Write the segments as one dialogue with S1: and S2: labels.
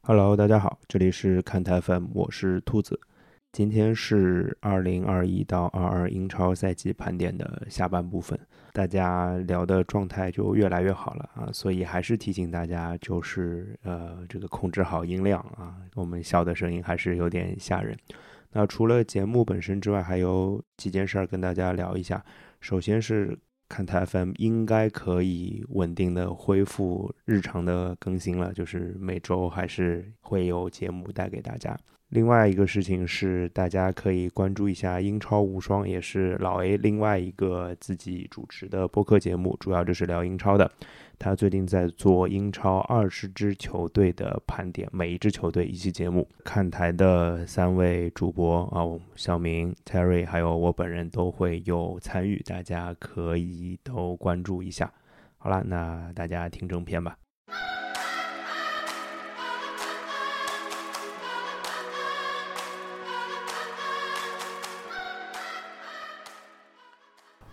S1: Hello，大家好，这里是看台 FM，我是兔子。今天是二零二一到二二英超赛季盘点的下半部分，大家聊的状态就越来越好了啊，所以还是提醒大家，就是呃，这个控制好音量啊，我们笑的声音还是有点吓人。那除了节目本身之外，还有几件事儿跟大家聊一下。首先是看台 FM 应该可以稳定的恢复日常的更新了，就是每周还是会有节目带给大家。另外一个事情是，大家可以关注一下《英超无双》，也是老 A 另外一个自己主持的播客节目，主要就是聊英超的。他最近在做英超二十支球队的盘点，每一支球队一期节目。看台的三位主播啊，我小明、Terry 还有我本人都会有参与，大家可以都关注一下。好啦，那大家听正片吧。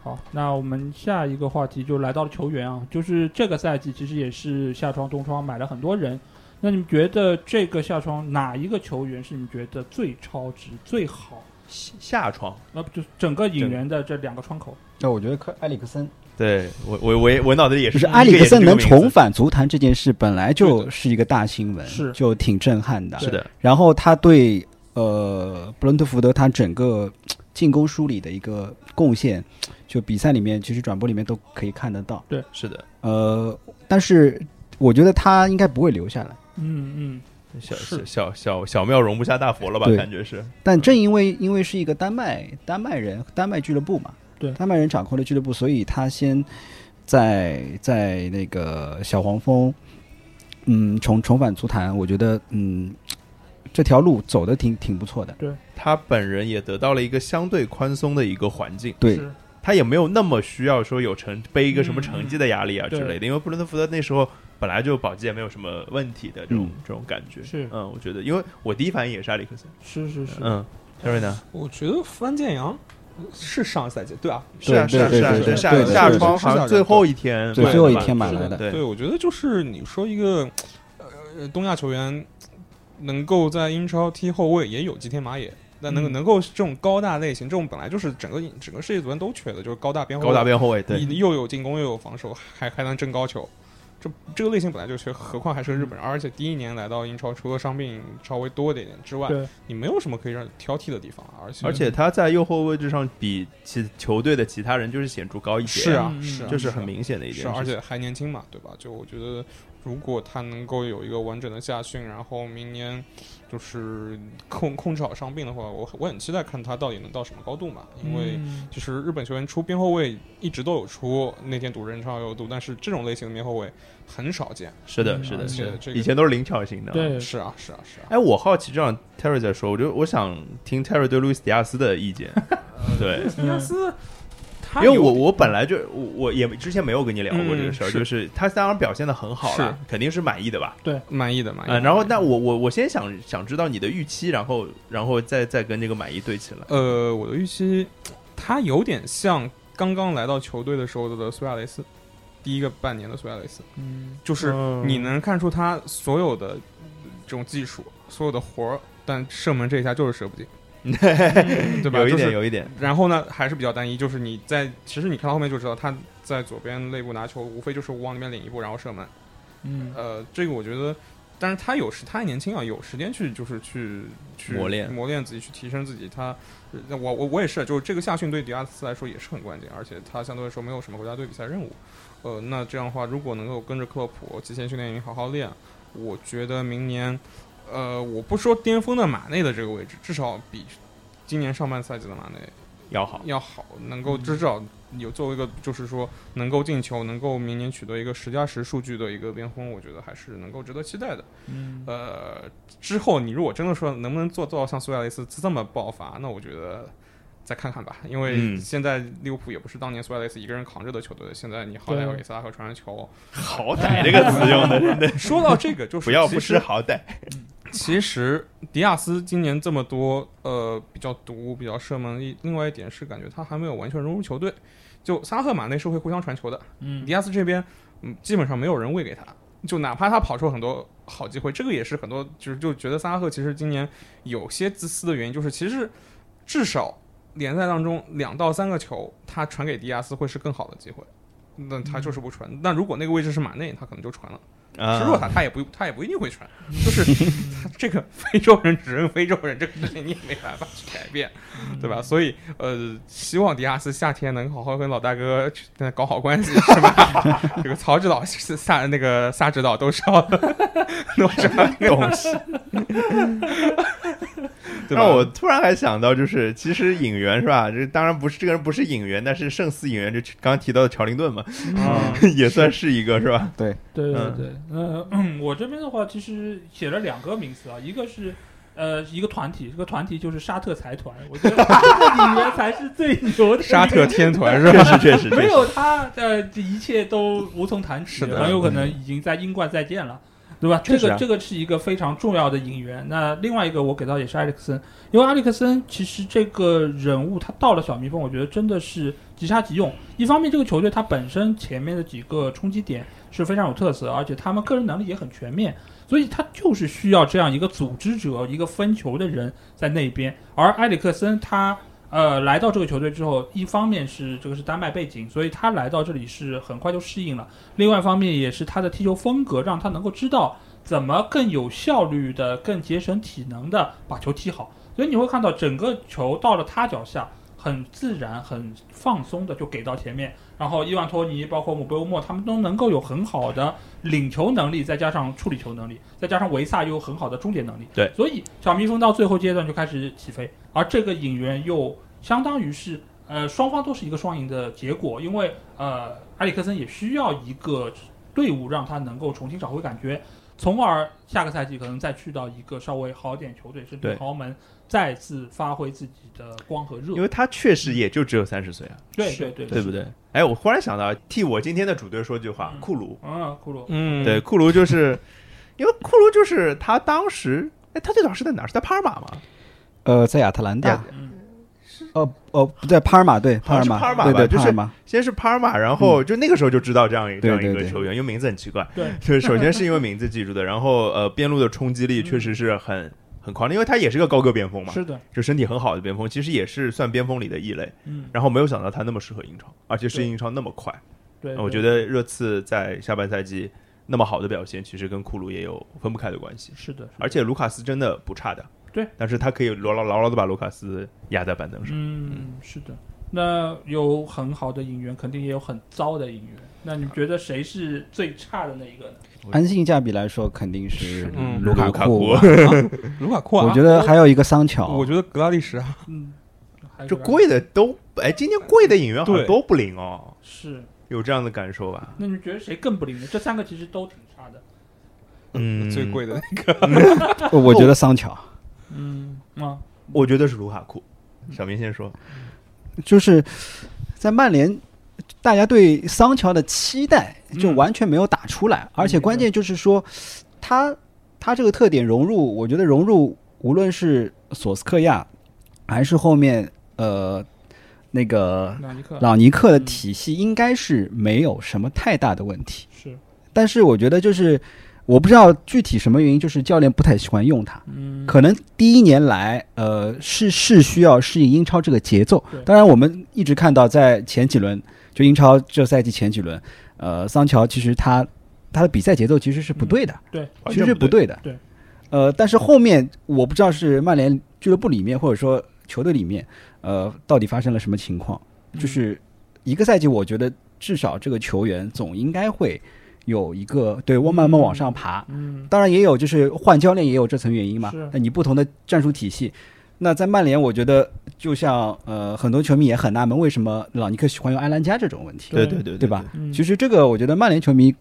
S2: 好，那我们下一个话题就来到了球员啊，就是这个赛季其实也是夏窗、冬窗买了很多人。那你们觉得这个夏窗哪一个球员是你们觉得最超值、最好？
S3: 下下窗，
S2: 那不就整个引
S3: 整
S2: 援的这两个窗口？
S4: 那哦我觉得科埃里克森，
S3: 对我我我也我脑子里也
S4: 就是是埃里克森能重
S3: 返，
S4: 返足坛这件事，本来
S3: 对
S4: 就是一个大新闻，
S2: 是
S4: 就挺震撼的。
S3: 是的，
S4: 然后他对呃布伦特福德他整个嘖进攻梳理的一个贡献，就比赛里面其实转播里面都可以看得到。
S3: 是的，
S4: 呃，但是我觉得他应该不会留下来。
S2: 嗯嗯，
S3: 小
S2: 是
S3: 小小小小庙容不下大佛了吧？
S4: 对
S3: 感觉是
S4: 但正因为因为是一个丹麦丹麦人丹麦俱乐部嘛，
S2: 对
S4: 丹麦人掌控了俱乐部，所以他先在在那个小黄蜂，嗯，重重返足坛，我觉得嗯，这条路走的挺挺不错的。
S3: 他本人也得到了一个相对宽松的一个环境，
S4: 对，
S2: 是
S3: 他也没有那么需要说有成背一个什么成绩的压力啊
S2: 嗯嗯
S3: 之类的，因为布伦特福德那时候本来就保级也没有什么问题的这种、这种感觉。
S2: 是
S3: 嗯，我觉得，因为我第一反应也是埃里克森。
S2: 是是是，
S3: 嗯，Terry 呢？
S5: 我觉得范建阳是上赛季对啊，
S3: 是啊，是
S4: 对
S3: 啊，
S4: 对
S3: 是啊，
S4: 对
S3: 是啊
S4: 对
S3: 下
S4: 对的
S3: 下
S4: 对的
S3: 窗好像最后一天，
S4: 对
S3: 对
S4: 最后一
S3: 吧
S4: 天买
S5: 是
S4: 来的
S3: 对
S5: 对，我觉得就是你说一个呃东亚球员能够在英超踢后卫，也有吉天马也，但能够
S2: 嗯
S5: 能够这种高大类型，这种本来就是整个整个世界足坛都缺的，就是高大边后卫，
S3: 高大边后卫，对，
S5: 你又有进攻又有防守，还还能争高球。这这个类型本来就缺，何况还是个日本人，而且第一年来到英超，除了伤病稍微多一点点之外
S2: 对，
S5: 你没有什么可以让你挑剔的地方，啊而且
S3: 而且他在右后位置上比其球队的其他人就是显著高一点，
S5: 是啊
S2: 嗯
S5: 是啊，
S3: 就是
S5: 啊
S3: 很明显的一点
S5: 是，
S3: 事情，
S5: 而且还年轻嘛，对吧？就我觉得，如果他能够有一个完整的夏训，然后明年就是控控制好伤病的话，我我很期待看他到底能到什么高度嘛。因为
S2: 嗯
S5: 就是日本球员出边后卫一直都有出，那天赌人超有赌，但是这种类型的边后卫很少见。
S3: 是的，
S2: 嗯
S3: 是
S5: 而
S3: 的，
S5: 且
S3: 是的，
S5: 这个
S3: 以前都是临场型的，。
S2: 对
S5: 是啊，是啊，是啊。
S3: 哎，我好奇，这样 Terry 在说，我就我想听 Terry 对路易斯·迪亚斯的意 见，对，
S2: 迪亚斯，
S3: 因
S2: 他
S3: 为
S2: 有
S3: 我我本来就我我也之前没有跟你聊过这个事儿，
S5: 嗯是
S3: 就是他当然表现的很好了
S5: 是，
S3: 肯定是满意的吧？
S5: 满意的，满意的。
S3: 嗯，然后那我我我先想想知道你的预期，然后然后再再跟这个满意对起来。
S5: 呃，我的预期，他有点像刚刚来到球队的时候的苏亚雷斯，第一个半年的苏亚雷斯。
S2: 嗯
S5: 就是
S3: 嗯
S5: 你能看出他所有的这种技术、所有的活儿，但射门这一下就是射 不进，对吧？
S3: 有一点，
S5: 就是
S3: 有一点，
S5: 然后呢，还是比较单一，就是你在其实你看到后面就知道他在左边内部拿球，无非就是往里面领一步，然后射门。
S2: 嗯
S5: 呃，这个我觉得，但是他有时他还年轻啊，有时间去就是去去
S3: 磨练
S5: 磨练自己，去提升自己。他，呃我我我也是，就是这个夏训对迪亚斯来说也是很关键，而且他相对来说没有什么国家队比赛任务。呃，那这样的话，如果能够跟着克洛普极限训练营好好练，我觉得明年，呃，我不说巅峰的马内的这个位置，至少比今年上半赛季的马内
S3: 要好。
S5: 要好，能
S2: 嗯
S5: 够至少有作为一个就是说能够进球，能够明年取得一个十加十数据的一个边锋，我觉得还是能够值得期待的。
S2: 嗯
S5: 呃，之后你如果真的说能不能做做到像苏亚雷斯这么爆发，那我觉得再看看吧，因为
S3: 嗯
S5: 现在利物浦也不是当年苏亚雷斯一个人扛着的球队，现在你好歹
S2: 对
S5: 有伊萨和传传球。
S3: 好歹 这个词用的，真的
S5: 说到这个，就是
S3: 不要不
S5: 其实
S3: 识好歹。
S5: 其实迪亚斯今年这么多呃比较毒、比较射门，一另外一点是感觉他还没有完全融入球队。就萨赫马内是会互相传球的，
S2: 嗯
S5: 迪亚斯这边嗯基本上没有人喂给他，就哪怕他跑出很多好机会，这个也是很多就是就觉得萨拉赫其实今年有些自私的原因，就是其实至少联赛当中两到三个球他传给迪亚斯会是更好的机会，那他就是不传。那如果那个位置是马内，他可能就传了。
S3: 啊
S5: 是若塔，他也不他也不一定会传，就是他这个非洲人只认非洲人，这个事情你也没办法去改变，对吧？所以呃，希望迪亚斯夏天能好好跟老大哥去呃搞好关系，是吧？这个曹指导、萨那个萨指导都是要 都是 要东西， 对吧？
S3: 让我突然还想到，就是其实引援是吧？这当然不是这个人不是引援，但是胜似引援，就刚刚提到的乔林顿嘛，
S5: 啊，
S3: 也算是一个是吧？
S2: 对对
S3: 嗯
S2: 对，呃， 我这边的话其实写了两个名词啊，一个是。呃，一个团体，这个团体就是沙特财团，我觉得里面才是最牛的。
S5: 沙特 天团 是
S3: 确
S5: 吧？
S3: 实确实，确
S2: 没
S3: 实
S2: 有他，呃，这一切都无从谈起，
S5: 是的
S2: 很有可能已经在英冠再见了，对吧？这
S1: 确实
S2: 个
S1: 啊
S2: 这个是一个非常重要的引援。那另外一个我给到也是埃里克森，因为埃里克森其实这个人物他到了小蜜蜂，我觉得真的是即插即用。一方面，这个球队它本身前面的几个冲击点是非常有特色，而且他们个人能力也很全面。所以他就是需要这样一个组织者、一个分球的人在那边。而埃里克森他呃来到这个球队之后，一方面是这个是丹麦背景，所以他来到这里是很快就适应了；另外一方面也是他的踢球风格让他能够知道怎么更有效率的、更节省体能的把球踢好。所以你会看到整个球到了他脚下。很自然、很放松的就给到前面，然后伊万托尼包括姆贝乌莫他们都能够有很好的领球能力，再加上处理球能力，再加上维萨又有很好的终结能力，
S3: 对，
S2: 所以小蜜蜂到最后阶段就开始起飞，而这个引援又相当于是呃双方都是一个双赢的结果，因为呃埃里克森也需要一个呃队伍让他能够重新找回感觉，从而下个赛季可能再去到一个稍微好点球队甚至
S3: 对
S2: 豪门，再次发挥自己的光和热
S3: 因，为他确实也就只有三十岁啊，
S2: 对对对
S3: 对不？对？哎，我忽然想到，替我今天的主队说句话
S2: 嗯，
S3: 库鲁，
S2: 嗯，库鲁，
S5: 嗯，
S3: 对，，库卢就是，因为库卢就是他当时，哎，他最早是在哪儿？是在帕尔马吗？
S4: 呃，在亚特兰大，
S2: 嗯
S4: 呃呃，不在帕尔马，对，
S3: 好
S4: 帕
S3: 像
S4: 尔
S3: 是
S4: 马，
S3: 帕尔马
S4: 对
S3: 吧
S4: 对，
S3: 就是
S4: 帕尔马，
S3: 先是帕尔马，然
S5: 嗯
S3: 后就那个时候就知道这样一、这
S4: 对
S3: 样
S4: 对
S3: 一个
S4: 对
S3: 球员，因为名字很奇怪。
S2: 对，
S3: 就是首先是因为名字记住的，然后呃，边路的冲击力确实是很很狂的，因为他也是个高个边锋嘛，
S2: 是的，
S3: 就身体很好的边锋，其实也是算边锋里的异类。
S2: 嗯，
S3: 然后没有想到他那么适合英超，而且适应英超那么快。
S2: 对，
S3: 我觉
S2: 得
S3: 得热刺在下半赛季那么好的表现，其实跟库卢也有分不开的关系。
S2: 是的，
S3: 而且卢卡斯真的不差的，
S2: 对，
S3: 但是他可以牢牢牢牢的把卢卡斯压在板凳上。
S2: 嗯，是的。那有很好的引援，肯定也有很糟的引援。那你觉得谁是最差的那一个呢？
S4: 按性价比来说肯定是
S5: 嗯
S4: 卢卡
S3: 库
S4: 库，，
S5: 卢卡库啊，
S4: 我觉得还有一个桑乔，
S5: 我觉得格拉利什啊，
S2: 嗯，还是
S3: 这
S2: 吧
S3: 贵的都哎，今年贵的引援好像
S5: 对
S3: 都不灵哦，
S2: 是。
S3: 有这样的感受吧？
S2: 那你觉得谁更不灵呢？这三个其实都挺差的。
S3: 嗯，
S5: 最贵，的
S4: 我我觉得桑乔，
S2: 嗯啊，
S3: 我觉得是卢卡库。小明先说，
S4: 就是在曼联，大家对桑乔的期待就完全没有打出来，而且关键就是说，他他这个特点融入，我觉得融入无论是索斯克亚，还是后面呃那个
S2: 朗尼克
S4: 朗尼克的体系，应该是没有什么太大的问题。
S2: 是，
S4: 但是我觉得就是我不知道具体什么原因，就是教练不太喜欢用他。
S2: 嗯，
S4: 可能第一年来，呃，是是需要适应英超这个节奏
S2: 对。
S4: 当然，我们一直看到在前几轮，就英超这赛季前几轮，呃，桑乔其实他他的比赛节奏其实是不对的，
S2: 对，
S3: 完
S4: 其实
S3: 全
S4: 是
S3: 不
S4: 不，对的。
S2: 对
S4: 呃，但是后面我不知道是曼联俱乐部里面，或者说球队里面，呃，到底发生了什么情况？
S2: 嗯
S4: 就是一个赛季，我觉得至少这个球员总应该会有一个对，我慢慢往上爬。
S2: 嗯
S4: 当然也有就是换教练也有这层原因嘛
S2: 是。
S4: 那你不同的战术体系，那在曼联，我觉得就像呃很多球迷也很纳闷，为什么朗尼克喜欢用埃兰加这种问题，
S3: 对
S2: 对
S3: 对对
S4: 对吧？
S2: 嗯，
S4: 其实这个我觉得曼联球迷，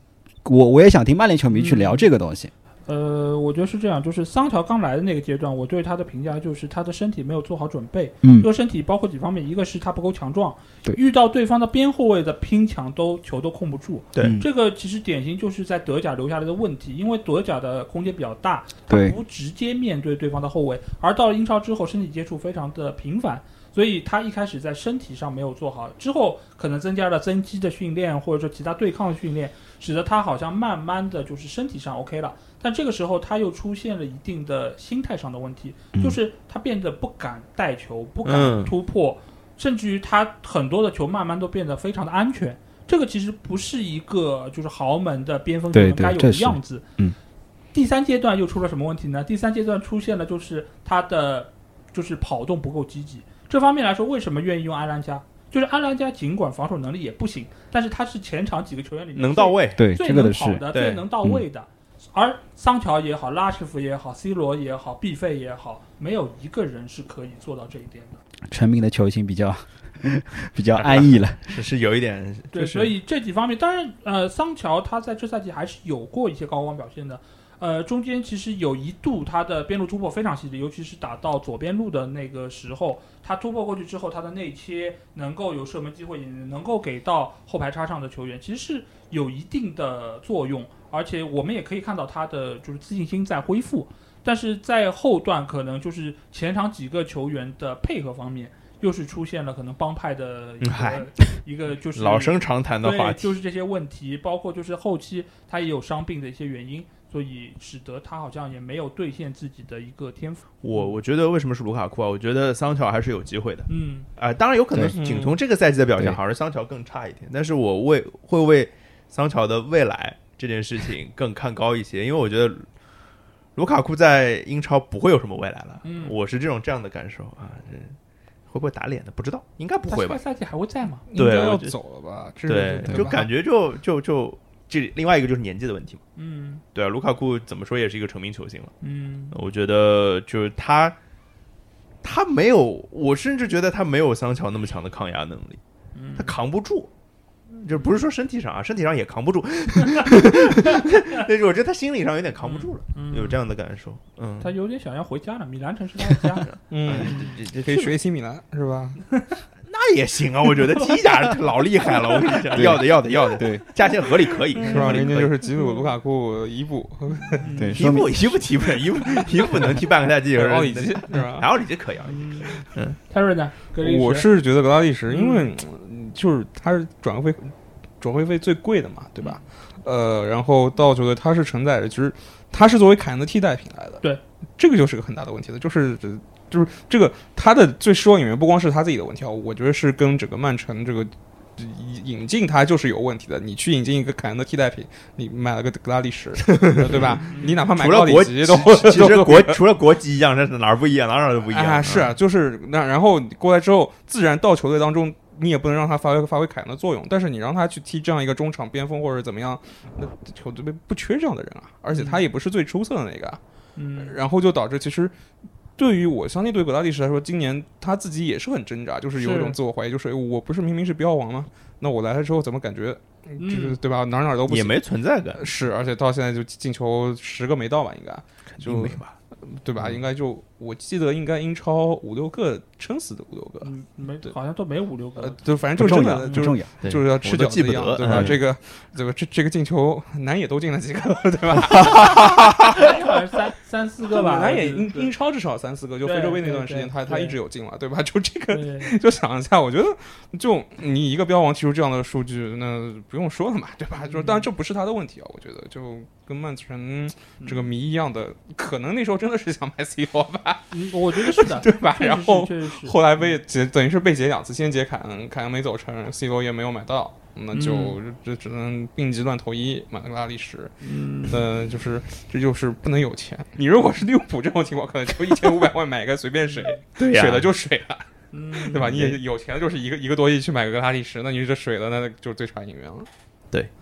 S4: 我我也想听曼联球迷去聊这个东西。
S2: 呃，我觉得是这样，就是桑乔刚来的那个阶段，我对他的评价就是他的身体没有做好准备。
S4: 嗯
S2: 这个身体包括几方面，一个是他不够强壮，
S4: 对
S2: 遇到对方的边后卫的拼抢都球都控不住。
S3: 对
S4: 嗯
S2: 这个其实典型就是在德甲留下来的问题，因为德甲的空间比较大，
S4: 对
S2: 不直接面对对方的后卫，而到了英超之后，身体接触非常的频繁，所以他一开始在身体上没有做好，之后可能增加了增肌的训练，或者说其他对抗的训练，使得他好像慢慢的就是身体上 OK 了，但这个时候他又出现了一定的心态上的问题，
S4: 嗯
S2: 就是他变得不敢带球，不敢
S3: 嗯
S2: 突破，甚至于他很多的球慢慢都变得非常的安全。这个其实不是一个就是豪门的边锋球
S4: 对
S2: 员
S4: 对
S2: 该有
S4: 这
S2: 的
S4: 是
S2: 样子。
S4: 嗯。
S2: 第三阶段又出了什么问题呢？第三阶段出现了就是他的就是跑动不够积极。这方面来说，为什么愿意用安兰加？就是安兰加尽管防守能力也不行，但是他是前场几个球员里面
S3: 能
S2: 最
S3: 到位，
S4: 对，
S2: 最
S4: 这个
S2: 能
S4: 的
S2: 跑
S4: 是嗯
S2: 的、
S3: 对
S2: 最能到位的。而桑乔也好，拉什福也好，C 罗也好，B 费也好，没有一个人是可以做到这一点的。
S4: 成名的球星比较 比较安逸了。
S3: 是是有一点，
S2: 对，所以这几方面，当然，呃，桑乔他在这赛季还是有过一些高光表现的。呃，中间其实有一度他的边路突破非常犀利，尤其是打到左边路的那个时候，他突破过去之后，他的内切能够有射门机会，也能够给到后排插上的球员，其实是有一定的作用。而且我们也可以看到他的就是自信心在恢复，但是在后段可能就是前场几个球员的配合方面，又是出现了可能帮派的一
S3: 嗯嗨
S2: 个一个就是
S3: 老生常谈的话
S2: 对，
S3: 题，
S2: 就是这些问题，包括就是后期他也有伤病的一些原因，所以使得他好像也没有兑现自己的一个天赋。
S3: 我我觉得为什么是卢卡库啊？我觉得桑乔还是有机会的。
S2: 嗯，
S3: 啊、当然有可能
S1: 对
S3: 仅从这个赛季的表现，
S4: 嗯
S3: 好像桑乔更差一点。但是我为会为桑乔的未来这件事情更看高一些，因为我觉得卢卡库在英超不会有什么未来了。
S2: 嗯
S3: 我是这种这样的感受啊，这会不会打脸呢？不知道，应该不
S2: 他
S3: 会
S2: 下个
S3: 吧？
S2: 赛季还会在吗？
S1: 应
S3: 对
S1: 该
S3: 我
S1: 要
S3: 觉得
S1: 走了吧？这
S3: 对，就感
S1: 觉
S3: 觉就就就这另外一个就是年纪的问题嘛。
S2: 嗯
S3: 对啊，卢卡库怎么说也是一个成名球星了。
S2: 嗯
S3: 我觉得就是他，他没有，我甚至觉得他没有桑乔那么强的抗压能力。
S2: 嗯
S3: 他，扛不住，就不是说身体上啊，身体上也扛不住， 但是我觉得他心理上有点扛不住了，
S2: 嗯
S3: 有这样的感受。嗯，
S2: 他有点想要回家了，米兰城是他的家。
S1: 嗯，
S3: 这这
S1: 可以学 AC 米兰是吧？
S3: 那也行啊，我觉得踢甲老厉害了，我跟你讲，
S1: 对
S3: 要的要的要的，
S1: 对，
S3: 价钱合理可以，
S1: 是吧？
S3: 合理
S1: 人家
S3: 可
S1: 就
S3: 以。
S1: 是吉鲁、卢卡库、伊布、
S2: 嗯
S4: 对，
S3: 一
S4: 说明
S3: 步一步踢不了，一步一步能踢半个赛季，
S1: 奥里吉是吧？
S3: 然后里吉可以啊，
S2: 嗯
S3: 嗯，
S2: 泰瑞呢？格林
S1: 我
S2: 什
S1: 是觉得格拉利什，因为嗯就是他是转会费，转会费最贵的嘛，对吧？
S3: 嗯
S1: 呃，然后到球队他是承载着，其实他是作为凯恩的替代品来的。
S2: 对，
S1: 这个就是个很大的问题的，就是呃就是这个他的最失望演员不光是他自己的问题啊，我觉得是跟整个曼城这个。引引进他就是有问题的，你去引进一个凯恩的替代品，你买了个格拉利什，对吧？啊
S2: 嗯
S1: 你哪怕 买
S3: 除
S1: 个
S3: 了
S1: 奥里
S3: 国
S1: 吉都，
S3: 其其实
S1: 都
S3: 国除了国籍一样，但是哪儿不一样，哪儿哪儿都不一样嗯
S1: 啊，是啊，就是那然后你过来之后，自然到球队当中，你也不能让他发挥发挥凯恩的作用，但是你让他去踢这样一个中场边锋或者怎么样，那球队不缺这样的人啊，而且
S3: 嗯
S1: 他也不是最出色的那个啊，
S2: 嗯
S1: 然后就导致其实。对于我相信，对于格拉利什来说，今年他自己也是很挣扎，就是有一种
S2: 是
S1: 自我怀疑，就是哎我不是明明是标王吗？那我来了之后怎么感觉就是、
S2: 嗯
S1: 对吧，哪儿哪儿都不
S3: 也
S1: 行呃
S3: 没存在感，
S1: 是，而且到现在就进球十个没到吧，应该
S3: 肯
S1: 就
S3: 定没吧？
S1: 对吧？
S3: 嗯
S1: 应该就我记得应该英超五六个撑死的五六个，
S2: 嗯，没
S1: 对
S2: 好像都没五六
S1: 呃
S2: 个，，
S1: 就反正
S4: 不
S1: 就
S4: 重
S1: 真
S4: 要，
S1: 的
S4: 不
S1: 就是
S4: 重要。
S3: 对
S1: 就是要吃
S3: 我都
S1: 饺
S3: 记
S1: 子一
S3: 不
S1: 样，
S3: 得
S1: 对吧？
S3: 嗯
S1: 这个对吧？这这个进球南野都进了几个，对吧？
S2: 好像三三四个吧。
S1: 南野
S2: 我
S1: 英
S2: 觉得
S1: 英超至少三四个，就
S2: 对
S1: 非洲杯那
S2: 对
S1: 段时间
S2: 对
S1: 他他
S2: 对
S1: 一直有进了，对吧？ 就这个
S2: 对，
S1: 就想一下，我觉得就你一个标王提出这样的数据，那不用说了嘛，对吧？就
S2: 嗯
S1: 当然这不是他的问题啊，我觉得就跟曼城
S3: 嗯
S1: 这个谜一样的，可能那时候真的是想买 C E 罗吧，
S2: 嗯，我觉得是的。
S1: 对吧？
S2: 确实
S1: 然
S2: 是
S1: 后
S2: 确实是
S1: 后来被解，等于是被解两次，先解凯恩，凯恩没走成，C E 罗也没有买到，那
S2: 嗯
S1: 就、这只能病急乱投医，买了个拉力士。
S2: 嗯，
S1: 嗯、就是这就是不能有钱。你如果是利物浦这种情况，可能就一千五百万买个随便 谁，
S3: 对呀
S1: 水了就水了，
S2: 嗯，
S1: 啊对吧？你也有钱的就是一个一个多亿去买个拉力士，那你这水了，那就是最差演员了。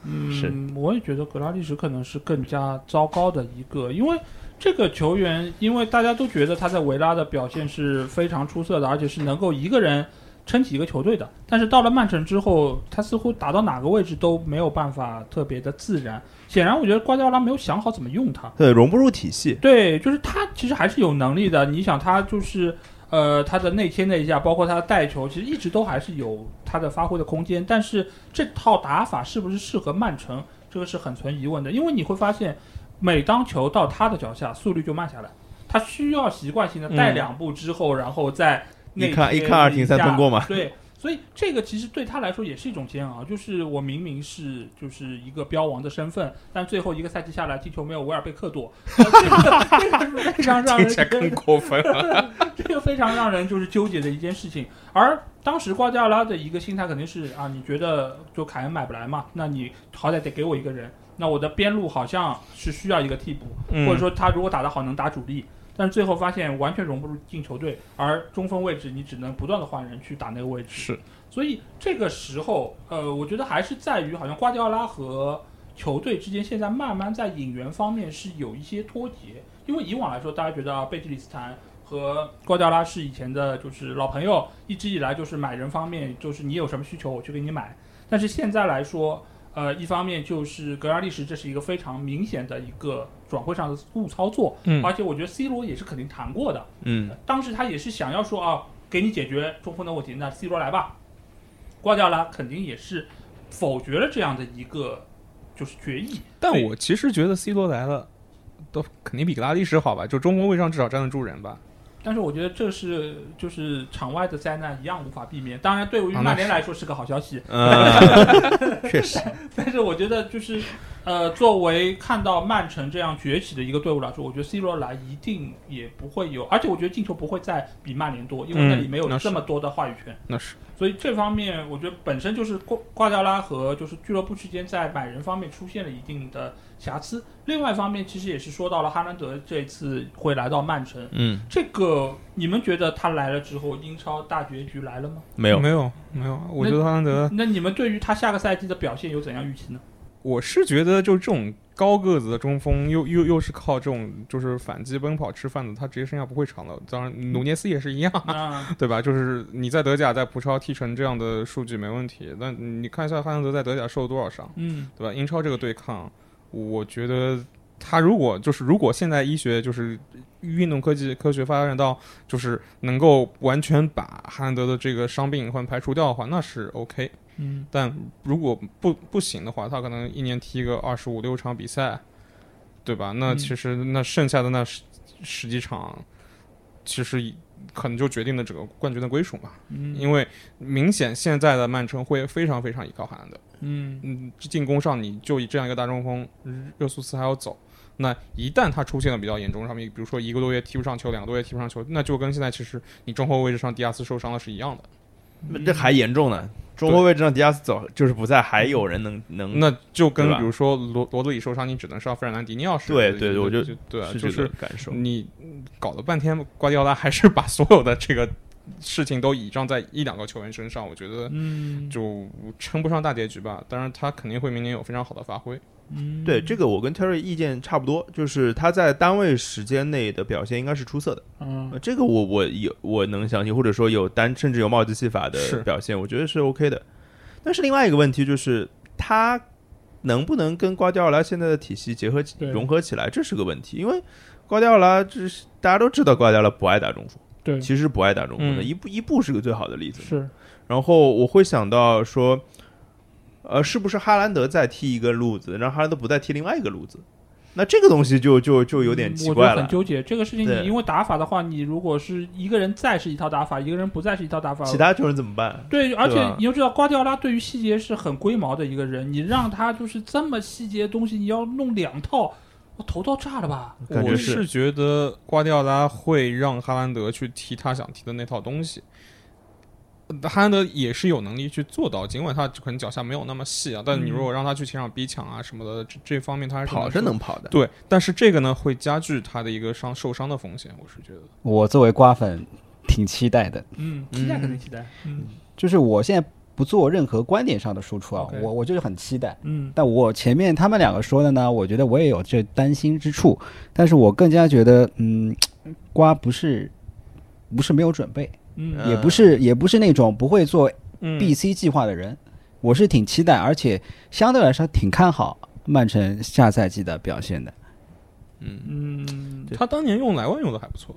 S2: 嗯，
S3: 是
S2: 我也觉得格拉利什可能是更加糟糕的一个，因为这个球员，因为大家都觉得他在维拉的表现是非常出色的，而且是能够一个人撑起一个球队的。但是到了曼城之后，他似乎打到哪个位置都没有办法特别的自然。显然，我觉得瓜迪奥拉没有想好怎么用他。
S1: 对，融不入体系。
S2: 对，就是他其实还是有能力的。你想，他就是呃，他的内切那一下，包括他的带球，其实一直都还是有他的发挥的空间。但是这套打法是不是适合曼城，这个是很存疑问的。因为你会发现，每当球到他的脚下，速率就慢下来，他需要习惯性的带
S1: 嗯
S2: 两步之后，然后再
S1: 一
S2: 内
S1: 看
S2: 切
S1: 一看二停三
S2: 下
S1: 通过
S3: 啊
S1: 嘛，
S2: 对，所以这个其实对他来说也是一种煎熬，就是我明明是就是一个标王的身份，但最后一个赛季下来，进球没有维尔贝克多， 呃这个这个是非常让
S3: 听起来
S2: 人
S3: 更过分了。
S2: 这个非常让人就是纠结的一件事情。而当时瓜迪奥拉的一个心态肯定是啊，你觉得就凯恩买不来嘛，那你好歹得给我一个人，那我的边路好像是需要一个替补，
S3: 嗯
S2: 或者说他如果打得好能打主力，但是最后发现完全融不入进球队，而中锋位置你只能不断的换人去打那个位置。
S3: 是，
S2: 所以这个时候，呃，我觉得还是在于好像瓜迪奥拉和球队之间现在慢慢在引援方面是有一些脱节，因为以往来说，大家觉得啊，贝蒂里斯坦。和瓜迪奥拉是以前的，就是老朋友，一直以来就是买人方面，就是你有什么需求我去给你买。但是现在来说，呃，一方面就是格拉利什，这是一个非常明显的一个转会上的误操作，
S3: 嗯
S2: 而且我觉得 C 罗也是肯定谈过的，
S1: 嗯，
S2: 当时他也是想要说啊，给你解决中锋的问题，那 C 罗来吧。瓜迪奥拉肯定也是否决了这样的一个就是决议，
S3: 但
S2: 对
S3: 我其实觉得 C 罗来了，都肯定比格拉利什好吧？就中锋位上至少站得住人吧？
S2: 但是我觉得这是就是场外的灾难一样无法避免。当然，对于
S3: 啊那
S2: 曼联来说是个好消息，
S1: 呃， 确实，
S2: 但是我觉得就是呃，作为看到曼城这样崛起的一个队伍来说，我觉得 C 罗来一定也不会有，而且我觉得进球不会再比曼联多，因为那里没有
S3: 嗯那是
S2: 这么多的话语权。
S3: 那是
S2: 所以这方面，我觉得本身就是挂挂掉拉和就是俱乐部之间在买人方面出现了一定的瑕疵。另外一方面，其实也是说到了哈兰德这次会来到曼城，
S1: 嗯，
S2: 这个你们觉得他来了之后，英超大结局来了吗？
S1: 没有
S3: 没有没有，我觉得哈兰德，
S2: 那你们对于他下个赛季的表现有怎样预期呢？
S3: 我是觉得就这种高个子的中锋，又又又是靠这种就是反击奔跑吃饭的，他职业生涯不会长了。当然，努涅斯也是一样，
S1: 啊
S2: 那
S3: 对吧？就是你在德甲、在葡超踢成这样的数据没问题，但你看一下哈兰德在德甲受了多少伤，
S2: 嗯
S3: 对吧？英超这个对抗，我觉得他如果就是如果现在医学就是运动科技科学发展到就是能够完全把哈兰德的这个伤病隐患排除掉的话，那是 OK。
S2: 嗯，
S3: 但如果不不行的话，他可能一年踢个二十五六场比赛，对吧？那
S2: 嗯
S3: 其实那剩下的那十十几场，其实可能就决定了整个冠军的归属嘛。
S2: 嗯
S3: 因为明显现在的曼城会非常非常依靠哈兰德，
S2: 嗯
S3: 嗯，进攻上你就以这样一个大中锋，热苏斯还要走。那一旦他出现了比较严重的伤病，比如说一个多月踢不上球，两个多月踢不上球，那就跟现在其实你中后卫位置上迪亚斯受伤了是一样的。
S1: 这还严重呢。中后卫置让迪亚斯走，就是不在，还有人能能
S3: 那就跟
S1: 嗯对吧
S3: 比如说罗罗德里受伤，你只能上费尔南迪尼奥是
S1: 对
S3: 吧
S1: 对
S3: 就
S1: 我觉得
S3: 就对啊，
S1: 是这
S3: 就
S1: 个
S3: 是
S1: 感受。
S3: 你搞了半天，瓜迪奥拉还是把所有的这个事情都倚仗在一两个球员身上，我觉得
S2: 嗯
S3: 就称不上大结局吧。当然，他肯定会明年有非常好的发挥。
S2: 嗯，
S1: 对这个，我跟 Terry 意见差不多，就是他在单位时间内的表现应该是出色的。
S2: 嗯
S1: 呃这个我我有我能相信，或者说有单甚至有帽子戏法
S3: 是
S1: 的表现，我觉得是 OK 的。但是另外一个问题就是，他能不能跟瓜迪奥拉现在的体系结合起
S2: 对
S1: 融合起来，这是个问题。因为瓜迪奥拉这是大家都知道，瓜迪奥拉不爱打中锋，
S5: 嗯
S2: 对
S1: 其实不爱打中锋的，
S3: 嗯
S1: 一步一步是个最好的例子。
S2: 是
S1: 然后我会想到说，呃，是不是哈兰德再踢一个路子，让哈兰德不再踢另外一个路子？那这个东西就就就有点奇
S2: 嗯我觉
S1: 怪
S2: 得
S1: 了
S2: 很。纠结这个事情。
S1: 对
S2: 你因为打法的话，你如果是一个人在是一套打法，一个人不在是一套打法，
S1: 其他球员怎么办？
S2: 对，而且
S1: 吧
S2: 你要知道，瓜迪奥拉对于细节是很龟毛的一个人，你让他就是这么细节的东西，你要弄两套，我头到炸了吧？
S1: 感觉
S3: 我
S1: 是
S3: 是觉得瓜迪奥拉会让哈兰德去踢他想踢的那套东西。呃哈兰德也是有能力去做到，尽管他可能脚下没有那么细啊，但你如果让他去前场逼抢啊什么的，这这方面他还是
S1: 嗯跑是
S3: 做
S1: 能跑的，
S3: 对，但是这个呢会加剧他的一个伤受伤的风险，我是觉得。
S4: 我作为瓜粉，挺期待的。
S2: 嗯，期待肯定期待，嗯
S4: 就是我现在不做任何观点上的输出啊
S2: OK
S4: 我我就是很期待。
S2: 嗯
S4: 但我前面他们两个说的呢，我觉得我也有这担心之处，但是我更加觉得，嗯，瓜不是不是没有准备，
S2: 嗯
S3: 嗯
S4: 也不是也不是那种不会做
S5: 嗯
S4: B、C 计划的人，我是挺期待，而且相对来说挺看好曼城下赛季的表现的。
S3: 嗯，
S2: 嗯，
S5: 他当年用莱万用的还不错，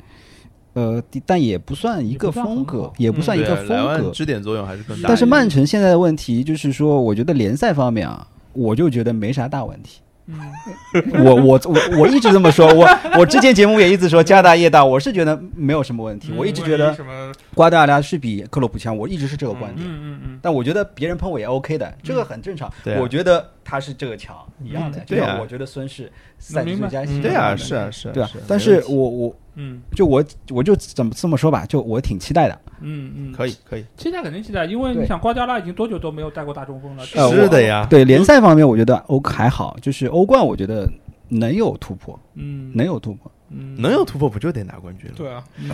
S4: 呃，但也不算一个
S2: 也不算很
S4: 风格
S2: 好，
S4: 也不
S2: 嗯
S4: 算一个
S3: 对
S4: 风
S3: 莱万
S4: 格。
S3: 支点作用还是更大一点。
S4: 但是曼城现在的问题就是说，我觉得联赛方面啊，我就觉得没啥大问题。
S2: 嗯
S4: 我我我我一直这么说，我我之前节目也一直说家大业大，我是觉得没有什么问题。
S2: 嗯
S4: 我一直
S5: 万
S4: 觉
S5: 一
S4: 得
S5: 什么
S4: 瓜迪奥拉是比克洛普强，我一直是这个观
S2: 嗯
S4: 点。
S2: 嗯嗯，
S4: 但我觉得别人喷我也 OK 的，这个很正常。
S3: 对啊
S4: 我觉得他是这个强一样
S3: 嗯
S4: 的，就
S3: 对
S4: 像
S3: 啊
S4: 我觉得孙是赛季
S2: 明白
S4: 最佳新
S5: 嗯
S4: 人
S3: 对
S4: 一
S3: 啊，
S4: 样的
S3: 是啊，是啊，
S4: 对啊
S3: 啊。
S4: 但
S3: 没
S4: 是
S3: 问题
S4: 我我
S2: 嗯
S4: 就我我就怎么这么说吧，就我挺期待的。
S2: 嗯嗯，
S3: 可以，可以，
S2: 期待肯定期待，因为你
S4: 对
S2: 想瓜迪奥拉已经多久都没有带过大中锋了？
S4: 呃
S3: 是的，呀，
S4: 对联赛方面，我觉得欧还好，就是欧冠我觉得能有突破，
S2: 嗯，
S4: 能有突破，
S2: 嗯
S3: 能有突破不就得拿冠军了？
S5: 对啊，
S2: 嗯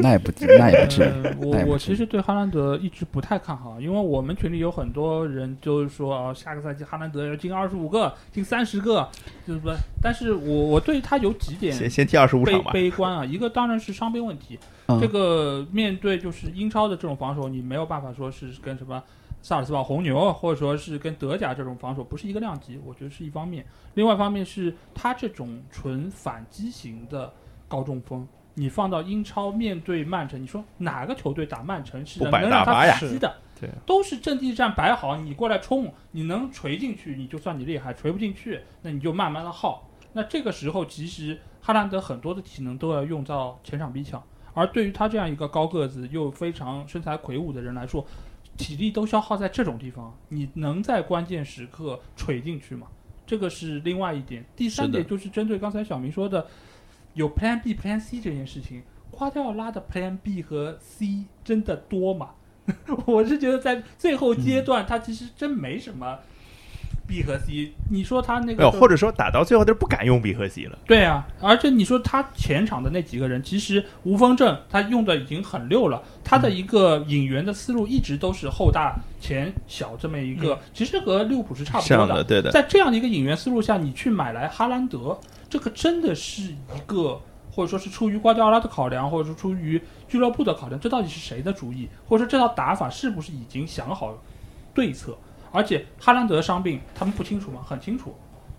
S4: 那也不 那也不至于。
S2: 呃
S4: 那
S2: 我
S4: 也不
S2: 我
S4: 至
S2: 其
S4: 于
S2: 实对哈兰德一直不太看好，因为我们群里有很多人就是说啊，下个赛季哈兰德要进二十五个，进三十个，就是不，但是我我对他有几点
S3: 先先踢二十五
S2: 悲
S3: 场吧。
S2: 悲观啊，一个当然是伤病问 题，
S4: 嗯
S2: 这个面对就是英超的这种防守，你没有办法说是跟什么萨尔斯堡红牛，啊或者说是跟德甲这种防守不是一个量级，我觉得是一方面。另外一方面是他这种纯反击型的高中锋，你放到英超面对曼城，你说哪个球队打曼城是
S3: 不
S2: 能
S3: 摆
S2: 让
S3: 大
S2: 他
S3: 巴呀
S2: 反击的？
S3: 对啊
S2: 都是阵地战摆好，你过来冲，你能锤进去，你就算你厉害；锤不进去，那你就慢慢的耗。那这个时候，其实哈兰德很多的体能都要用到前场逼抢，而对于他这样一个高个子又非常身材魁梧的人来说，体力都消耗在这种地方，你能在关键时刻锤进去吗？这个是另外一点。第三
S3: 是的
S2: 点就是针对刚才小明说的，有 Plan B、Plan C 这件事情，瓜迪奥拉的 Plan B 和 C 真的多吗？ 我是觉得在最后阶段，他其实真没什么 B 和 C。你说他那
S3: 没
S2: 个
S3: 哎有，或者说打到最后他是不敢用比和西了。
S2: 对啊，而且你说他前场的那几个人，其实吴方正他用的已经很溜了，他的一个引援的思路一直都是后大前小这么一个，其实和利物浦是差不
S3: 这
S2: 多
S3: 样
S2: 的。
S3: 的，对的，
S2: 在这样的一个引援思路下，你去买来哈兰德，这个真的是一个，或者说是出于瓜迪奥拉的考量，或者说出于俱乐部的考量，这到底是谁的主意，或者说这套打法是不是已经想好对策？而且哈兰德的伤病他们不清楚吗？很清楚，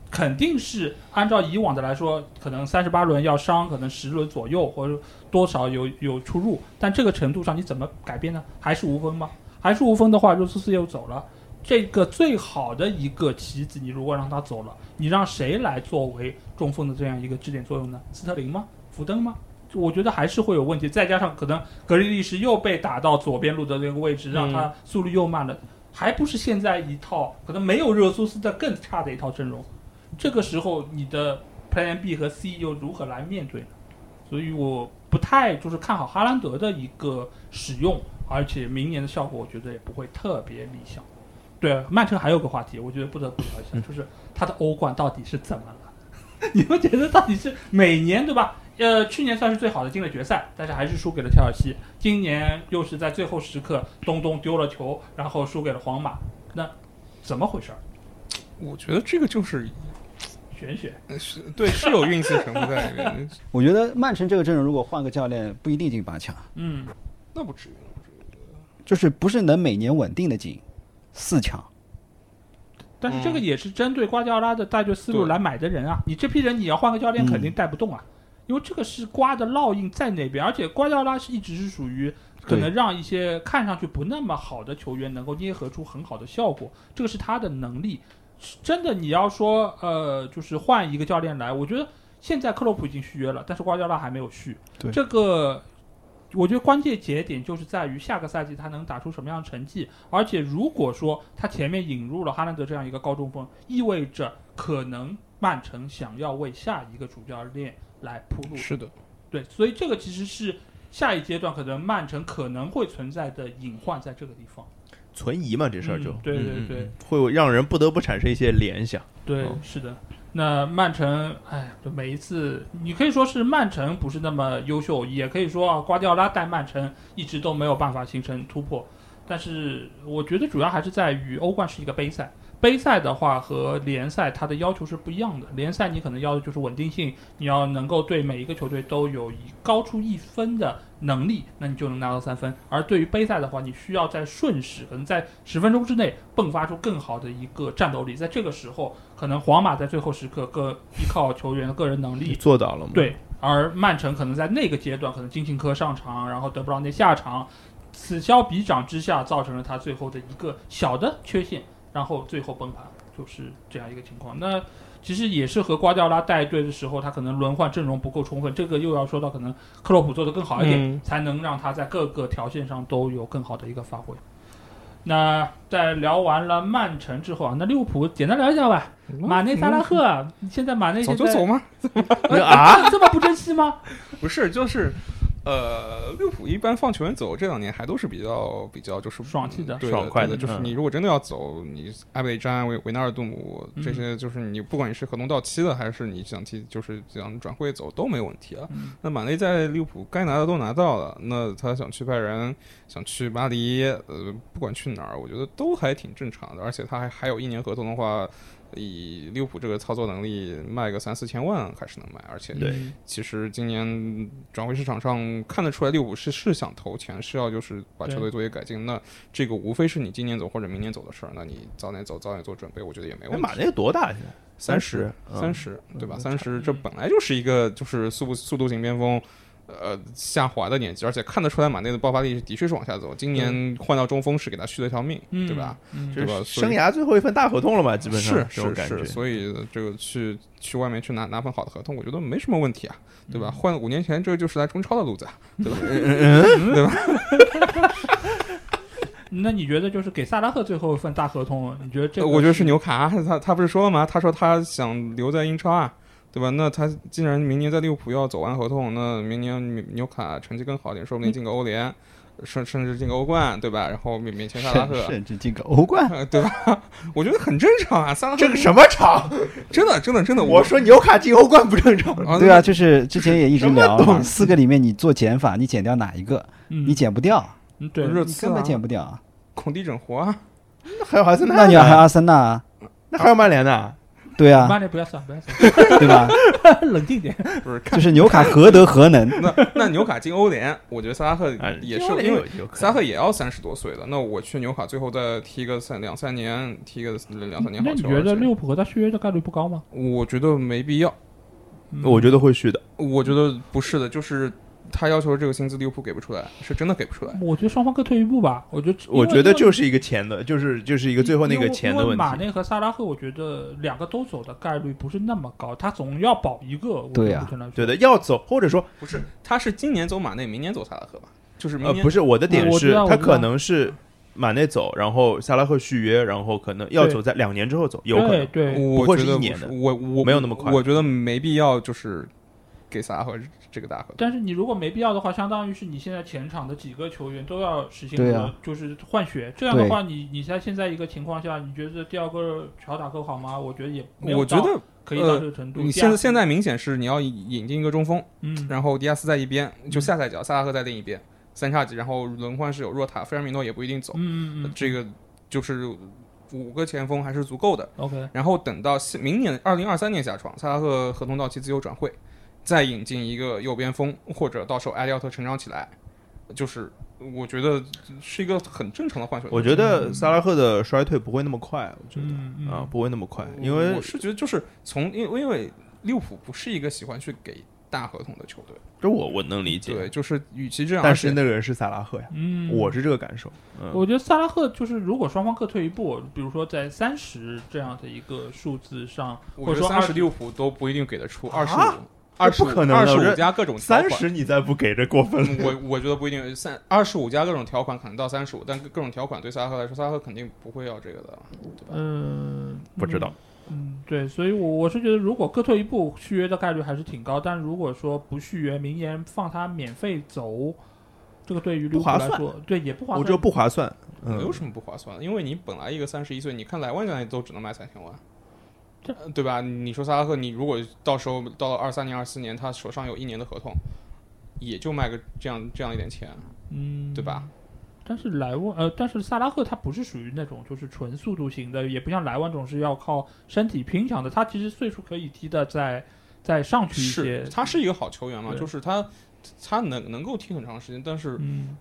S2: 肯定是按照以往的来说，可能三十八轮要伤，可能十轮左右或者多少有有出入，但这个程度上你怎么改变呢？还是无锋吗？还是无锋的话，热苏斯又走了。这个最好的一个棋子，你如果让他走了，你让谁来作为中锋的这样一个支点作用呢？斯特林吗？福登吗？我觉得还是会有问题。再加上可能格里利什又被打到左边路的那个位置，让他速率又慢了，还不是现在一套可能没有热苏斯的更差的一套阵容。这个时候你的 Plan B 和 C 又如何来面对呢？所以我不太就是看好哈兰德的一个使用，而且明年的效果我觉得也不会特别理想。对，啊曼城还有个话题，我觉得不得不聊一下，就是他的欧冠到底是怎么了？你们觉得到底是每年对吧？呃，去年算是最好的进了决赛，但是还是输给了切尔西。今年又是在最后时刻，东东丢了球，然后输给了皇马，那怎么回事儿？
S5: 我觉得这个就是呃
S2: 玄学。
S5: 是对是有运气成分在里面，
S4: 我觉得曼城这个阵容如果换个教练，不一定进八强，
S2: 嗯，
S5: 那不至于。
S4: 就是不是能每年稳定的进四强。
S2: 但是这个也是针对瓜迪奥拉的带队思路
S5: 对
S2: 来买的人啊，你这批人你要换个教练肯定带不动啊，因为这个是瓜的烙印在那边，而且瓜迪奥拉是一直是属于可能让一些看上去不那么好的球员能够捏合出很好的效果，这个是他的能力。是真的，你要说呃，就是换一个教练来，我觉得现在克洛普已经续约了，但是瓜迪奥拉还没有续。
S4: 对
S2: 这个，我觉得关键节点就是在于下个赛季他能打出什么样的成绩，而且如果说他前面引入了哈兰德这样一个高中锋，意味着可能曼城想要为下一个主教练来铺路。
S5: 是的，
S2: 对，所以这个其实是下一阶段可能曼城可能会存在的隐患在这个地方。
S3: 存疑嘛，这事儿就
S2: 嗯对对
S3: 嗯嗯
S2: 对
S3: 嗯会让人不得不产生一些联想。
S2: 对，
S3: 嗯
S2: 是的。那曼城，哎，就每一次，你可以说是曼城不是那么优秀，也可以说啊，瓜迪奥拉带曼城一直都没有办法形成突破。但是我觉得主要还是在于欧冠是一个杯赛，杯赛的话和联赛它的要求是不一样的，联赛你可能要的就是稳定性，你要能够对每一个球队都有一高出一分的能力，那你就能拿到三分。而对于杯赛的话，你需要在瞬时，可能在十分钟之内迸发出更好的一个战斗力。在这个时候，可能皇马在最后时刻各依靠球员的个人能力
S5: 嗯
S3: 你做到了吗？，
S2: 对，而曼城可能在那个阶段，可能金琴科上场，然后德布劳内下场，此消彼长之下，造成了他最后的一个小的缺陷，然后最后崩盘，就是这样一个情况。那其实也是和瓜迪奥拉带队的时候，他可能轮换阵容不够充分，这个又要说到可能克洛普做得更好一点，
S5: 嗯
S2: 才能让他在各个条线上都有更好的一个发挥。那在聊完了曼城之后啊，那利物浦简单聊一下吧。
S5: 嗯
S2: 马内、萨拉赫，现在马内
S5: 走
S2: 现
S5: 嗯就
S2: 在
S5: 走嘛，
S2: 啊，这么不珍惜吗？
S5: 不是，就是，呃，利物浦一般放球员走，这两年还都是比较比较就是
S2: 爽气的
S5: 对
S3: 爽快
S5: 对
S3: 的
S5: 的。就是
S3: 嗯
S5: 你如果真的要走，你埃贝詹、维维纳尔杜姆
S2: 嗯
S5: 这些，就是你不管你是合同到期的，还是你想踢，就是想转会走都没问题啊。
S2: 嗯
S5: 那马内在利物浦该拿的都拿到了，那他想去拜仁，想去巴黎，呃，不管去哪儿，我觉得都还挺正常的。而且他还还有一年合同的话。以利物浦这个操作能力，卖个三四千万还是能卖，而且
S3: 对
S2: 嗯
S5: 其实今年转会市场上看得出来，利物浦是是想投钱，是要就是把
S2: 对
S5: 球队做一些改进。那这个无非是你今年走或者明年走的事儿，那你早点走，早点做准备，我觉得也没
S3: 哎，
S5: 问
S3: 马
S5: 题。
S3: 内多大现在？
S5: 三
S3: 十
S5: 十，
S3: 嗯
S5: 三十，对吧？
S3: 嗯
S5: 三十，这
S2: 嗯
S5: 本来就是一个就是速度速度型边锋。呃，下滑的年纪，而且看得出来马内的爆发力的确是往下走。今年换到中锋是给他续了一条命，
S2: 嗯
S5: 对吧？？
S2: 嗯
S3: 就
S5: 对吧
S3: 是
S5: 所
S3: 生
S5: 以
S3: 涯最后一份大合同了嘛，基本上
S5: 是
S3: 这种
S5: 是
S3: 感觉
S5: 是，。所以这个去去外面去拿拿份好的合同，我觉得没什么问题啊，对吧？换五年前这就是来中超的路子啊，对吧？
S2: 那你觉得就是给萨拉赫最后一份大合同，你觉得这个？
S5: 我觉得是。纽卡啊，他他不是说了吗？他说他想留在英超啊，对吧？那他既然明年在利物浦要走完合同，那明年纽纽卡成绩更好点，说不定进个欧联，甚甚至进个欧冠，对吧？然后免免签萨拉
S4: 甚
S5: 赫。
S4: 甚至进个欧冠，
S5: 呃对吧？我觉得很正常啊，萨拉赫
S3: 这个什么场？
S5: 真的真的真的，
S3: 我说纽卡进欧冠不正 常。
S5: 啊，
S4: 对啊，就是之前也一直聊
S3: 什么
S4: 嘛，
S3: 东西
S4: 四个里面你做减法，你减掉哪一个？
S2: 嗯，
S4: 你减不掉，
S2: 嗯对
S5: 那热
S4: 你
S5: 刺
S4: 根
S5: 啊
S4: 本，减不掉啊。
S5: 孔蒂整活啊，
S3: 那还有阿森纳呢？
S4: 那你要还阿森纳啊？
S3: 那还有曼联呢？
S4: 对啊，
S2: 曼联不要算，不要算，
S4: 对吧？
S2: 冷静点。
S5: 不是
S4: 就
S5: 看
S4: 是纽卡何德何 能？
S5: 那那纽卡进欧联，我觉得萨拉赫
S3: 哎
S5: 呃也是
S3: 进欧联
S5: 因为
S3: 有有可能
S5: 萨拉赫也要三十多岁了。那我去纽卡，最后再踢个三两三年，踢个两三年
S2: 那
S5: 好
S2: 你
S5: 球。
S2: 觉得
S5: 而且
S2: 利物浦和他续约的概率不高吗？
S5: 我觉得没必要。
S2: 嗯
S3: 我觉得会续的。
S5: 我觉得不是的，就是他要求这个薪资利物浦给不出来，是真的给不出来。
S2: 我觉得双方各退一步吧。我觉得，
S3: 我觉得
S2: 是
S3: 就是一个钱的，就是就是一个最后那个钱的问
S2: 马
S3: 题。
S2: 内和萨拉赫，我觉得两个都走的概率不是那么高，他总要保一个。我
S4: 对
S2: 觉得
S4: 啊
S2: 可能是
S3: 对的，，要走或者说
S5: 不是，他是今年走马内，明年走萨拉赫吧？就是明
S3: 呃，
S5: 年、
S3: 不是我的点
S2: 嗯我知
S3: 是
S2: 道，我
S3: 他
S2: 知
S3: 可
S2: 道
S3: 能是马内走，然后萨拉赫续约，然后可能要
S2: 对
S3: 走在两年之后走，有可
S2: 对
S3: 能。嗯
S2: 对，
S5: 我
S3: 不会
S5: 觉
S3: 是
S5: 得
S3: 一
S5: 不
S3: 年
S5: 是
S3: 的
S5: 我我
S3: 没有那么快
S5: 我觉得没必要就是给萨拉赫这个大合同。
S2: 但是你如果没必要的话，相当于是你现在前场的几个球员都要实行
S4: 对
S2: 合
S4: 啊
S2: 就是换血。这样的
S4: 对
S2: 话，你你在现在一个情况下，你觉得第二个乔打够好吗？我觉得也没有
S5: 我觉
S2: 到
S5: 得呃
S2: 可以到这个程度。
S5: 你
S2: 第二
S5: 现在现在明显是你要引进一个中锋，
S2: 嗯，
S5: 然后迪亚斯在一边，就下赛季啊，萨拉赫在另一边，三叉戟，然后轮换是有若塔，费尔米诺也不一定走，呃
S2: 嗯嗯嗯
S5: 这个就是五个前锋还是足够的。
S2: ，OK，
S5: 然后等到西明年二零二三年下窗，萨拉赫合同到期自由转会，再引进一个右边锋，或者到时候埃利奥特成长起来，就是我觉得是一个很正常的换血。
S3: 我觉得萨拉赫的衰退不会那么快，我觉得、
S2: 嗯嗯
S3: 啊，不会那么快，因
S5: 我
S3: 为
S5: 我是觉得就是从因为因为利物浦不是一个喜欢去给大合同的球队，
S3: 这我我能理解，
S5: 对，就是与其这样，
S3: 但
S5: 而
S3: 是
S5: 且
S3: 那个人是萨拉赫呀，
S2: 嗯，
S3: 我是这个感受。嗯，
S2: 我觉得萨拉赫就是，如果双方各退一步，比如说在三十这样的一个数字上，或
S5: 我
S2: 者
S5: 觉
S2: 说
S5: 得三十
S2: 20
S5: 利物浦都不一定给得出
S3: 啊
S5: 二十五。二十
S3: 不可能
S5: 二
S3: 的我
S5: 十
S3: 觉得
S5: 五加各种条
S3: 三
S5: 款嗯
S3: 十你再不给这过分了。
S5: 我我觉得不一定，三二十五加各种条款可能到三十五，但各种条款对萨拉赫来说，萨拉赫肯定不会要这个的。
S2: 嗯，
S3: 不知道，
S2: 嗯，对，所以我，我是觉得，如果各退一步，续约的概率还是挺高。但如果说不续约，明年放他免费走，这个对于利物浦
S3: 不划
S2: 来
S3: 算
S2: 说，对也不划
S3: 我
S2: 算。
S3: 觉得不划算。嗯，
S5: 没有什么不划算的，因为你本来一个三十一岁，你看莱万现在都只能卖三千万
S2: 这，
S5: 呃对吧？你说萨拉赫，你如果到时候到了二三年、二四年，他手上有一年的合同，也就卖个这样这样一点钱，
S2: 嗯，
S5: 对吧？
S2: 但是莱万呃，但是萨拉赫他不是属于那种就是纯速度型的，也不像莱万这种是要靠身体拼抢的。他其实岁数可以踢的再再上去一些
S5: 是，他是一个好球员嘛，
S2: 对
S5: 就是他他能能够踢很长时间，但是
S2: 嗯，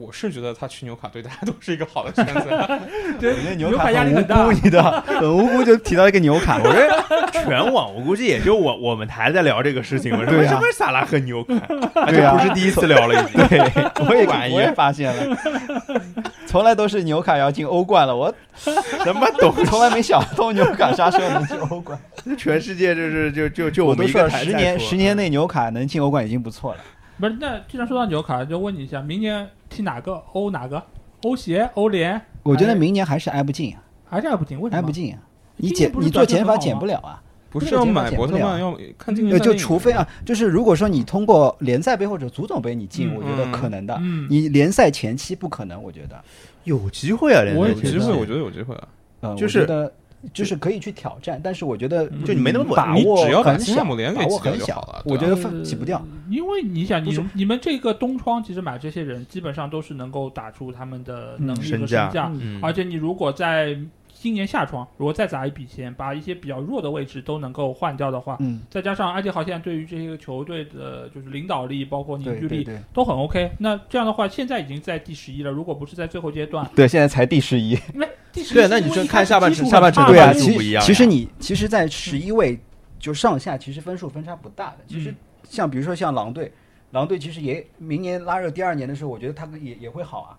S5: 我是觉得他去纽卡对大家都是一个好的选 择。
S2: 对
S3: 我觉得
S2: 纽
S3: 纽卡
S2: 卡压力很
S4: 很
S2: 大
S4: 无。辜，你知道，很无辜就提到一个纽卡，
S3: 我觉得全网我估计也就我我们台在聊这个事情了，
S4: 对啊
S3: 什么萨拉赫牛卡，
S4: 对啊
S3: 不是第一次聊了，已经。
S4: 对， 我也
S3: 玩意
S4: 我也发现了，从来都是纽卡要进欧冠了，我
S3: 什么懂？
S4: 从来没想通纽卡啥时候能进欧冠。
S3: 全世界就是就就就
S4: 我
S3: 们
S4: 都
S3: 一
S4: 说
S3: 个
S4: 了，
S3: 台
S4: 十
S3: 在
S4: 年
S3: 说
S4: 十年内纽卡能进欧冠已经不错了。
S2: 不是，那既然说到纽卡，就问你一下，明年踢哪个欧哪个欧协、欧联
S4: 我觉得明年还是挨不进，
S2: 还是还不进？为什
S4: 挨不
S2: 么？
S4: 进啊！
S2: 今
S4: 你
S2: 年
S4: 减
S2: 不是
S4: 你做减
S2: 赚
S4: 法
S2: 得很
S4: 减
S2: 好吗
S4: 不了啊，
S5: 不是要买伯特曼，要看今年
S4: 呃，
S5: 赛
S4: 就
S5: 季
S4: 除非啊，就是如果说你通过联赛杯或者足总杯你进，
S2: 嗯
S4: 我觉得
S5: 嗯
S4: 可能的。
S2: 嗯，
S4: 你联赛前期不可能，我觉得，
S3: 有机会啊，
S2: 我也
S5: 有
S3: 觉
S2: 觉
S5: 机
S2: 得
S5: 会，我觉得有机会啊。
S4: 呃，
S3: 就
S4: 我
S3: 是
S4: 觉得就是可以去挑战，但是我觉得
S2: 嗯
S3: 就你没那么稳
S4: 把
S5: 你
S4: 握
S5: 只要把
S4: 很
S5: 西汉
S4: 小，
S5: 姆联给
S4: 把握
S5: 挤掉
S4: 很
S5: 就好
S4: 小
S5: 了，对
S4: 我
S5: 吧
S4: 觉得分挤不掉。
S2: 呃因为你想，
S5: 不
S2: 你
S5: 是
S2: 你们这个东窗其实买这些人，基本上都是能够打出他们的
S4: 嗯
S2: 能力
S3: 身
S2: 和身
S3: 价
S2: 价，
S3: 嗯
S2: 而且你如果在今年夏窗，如果再砸一笔钱，把一些比较弱的位置都能够换掉的话，
S4: 嗯，
S2: 再加上埃迪豪现在对于这些球队的就是领导力，包括凝
S4: 对
S2: 聚
S4: 对
S2: 力
S4: 对
S2: 都很 OK。那这样的话，现在已经在第十一了，如果不是在最后阶段，
S4: 对，现在才第十一。
S2: 因为第十一
S3: 对那你就看下半程下半程
S4: 对啊，
S3: 分数
S4: 其
S3: 不一样
S4: 其
S3: 呀
S4: 实你其实，在十一位就上下，其实分数分差不大的。其实
S2: 嗯
S4: 像比如说像狼队，狼队其实也明年拉热第二年的时候，我觉得他也也会好啊。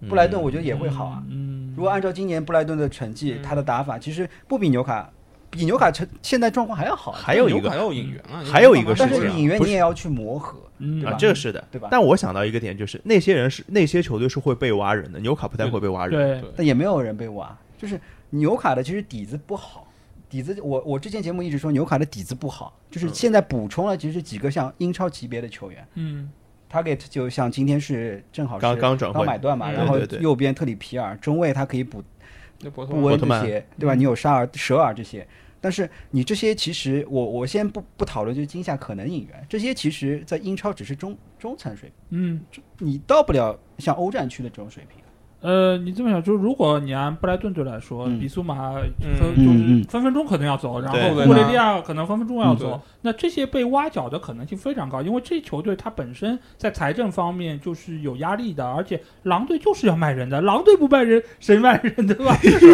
S3: 嗯
S4: 布莱顿我觉得也会好啊。
S2: 嗯，
S4: 如果按照今年布莱顿的成绩
S5: 嗯，
S4: 他的打法其实不比纽卡，比纽卡成现在状况还要好啊。
S3: 还有一
S5: 纽
S3: 个
S5: 卡要引援啊，
S3: 还有一个
S4: 但
S3: 是
S4: 是
S3: 这样
S4: 引援
S3: 不
S4: 你
S3: 是
S4: 也要去磨合，
S2: 嗯
S4: 对
S3: 啊
S4: 吧，
S3: 这个是的，
S4: 对吧
S3: 但我想到一个点，就是那些人是那些球队是会被挖人的，纽卡不太会被挖人。
S2: 对
S5: 对
S4: 但也没有人被挖。就是纽卡的其实底子不好，底子我我之前节目一直说纽卡的底子不好，就是现在补充了其实几个像英超级别的球员
S2: 嗯
S4: ，target 就像今天是正好是
S3: 刚刚转会
S4: 买断嘛，
S2: 嗯
S4: 然后
S3: 对对对
S4: 右边特里皮尔，中卫他可以补
S5: 那伯特
S4: 布
S5: 曼
S4: 温
S3: 特
S4: 这
S3: 曼
S4: 些，对吧？你有沙尔、舍尔这些，但是你这些其实我我先不不讨论，就是今夏可能引援这些，其实在英超只是中中层水
S2: 嗯，
S4: 平，你到不了像欧战区的这种水平。
S2: 呃，你这么想，就是如果你按布莱顿队来说，
S4: 嗯
S2: 比苏马和
S5: 嗯
S2: 就是分分钟可能要走，然
S3: 对
S2: 后
S5: 对
S2: 库雷
S5: 那
S2: 利亚可能分分钟要
S5: 对
S2: 走，那这些被挖角的可能性非常高，因为这球队它本身在财政方面就是有压力的，而且狼队就是要卖人的，狼队不卖人谁卖人对吧？ 只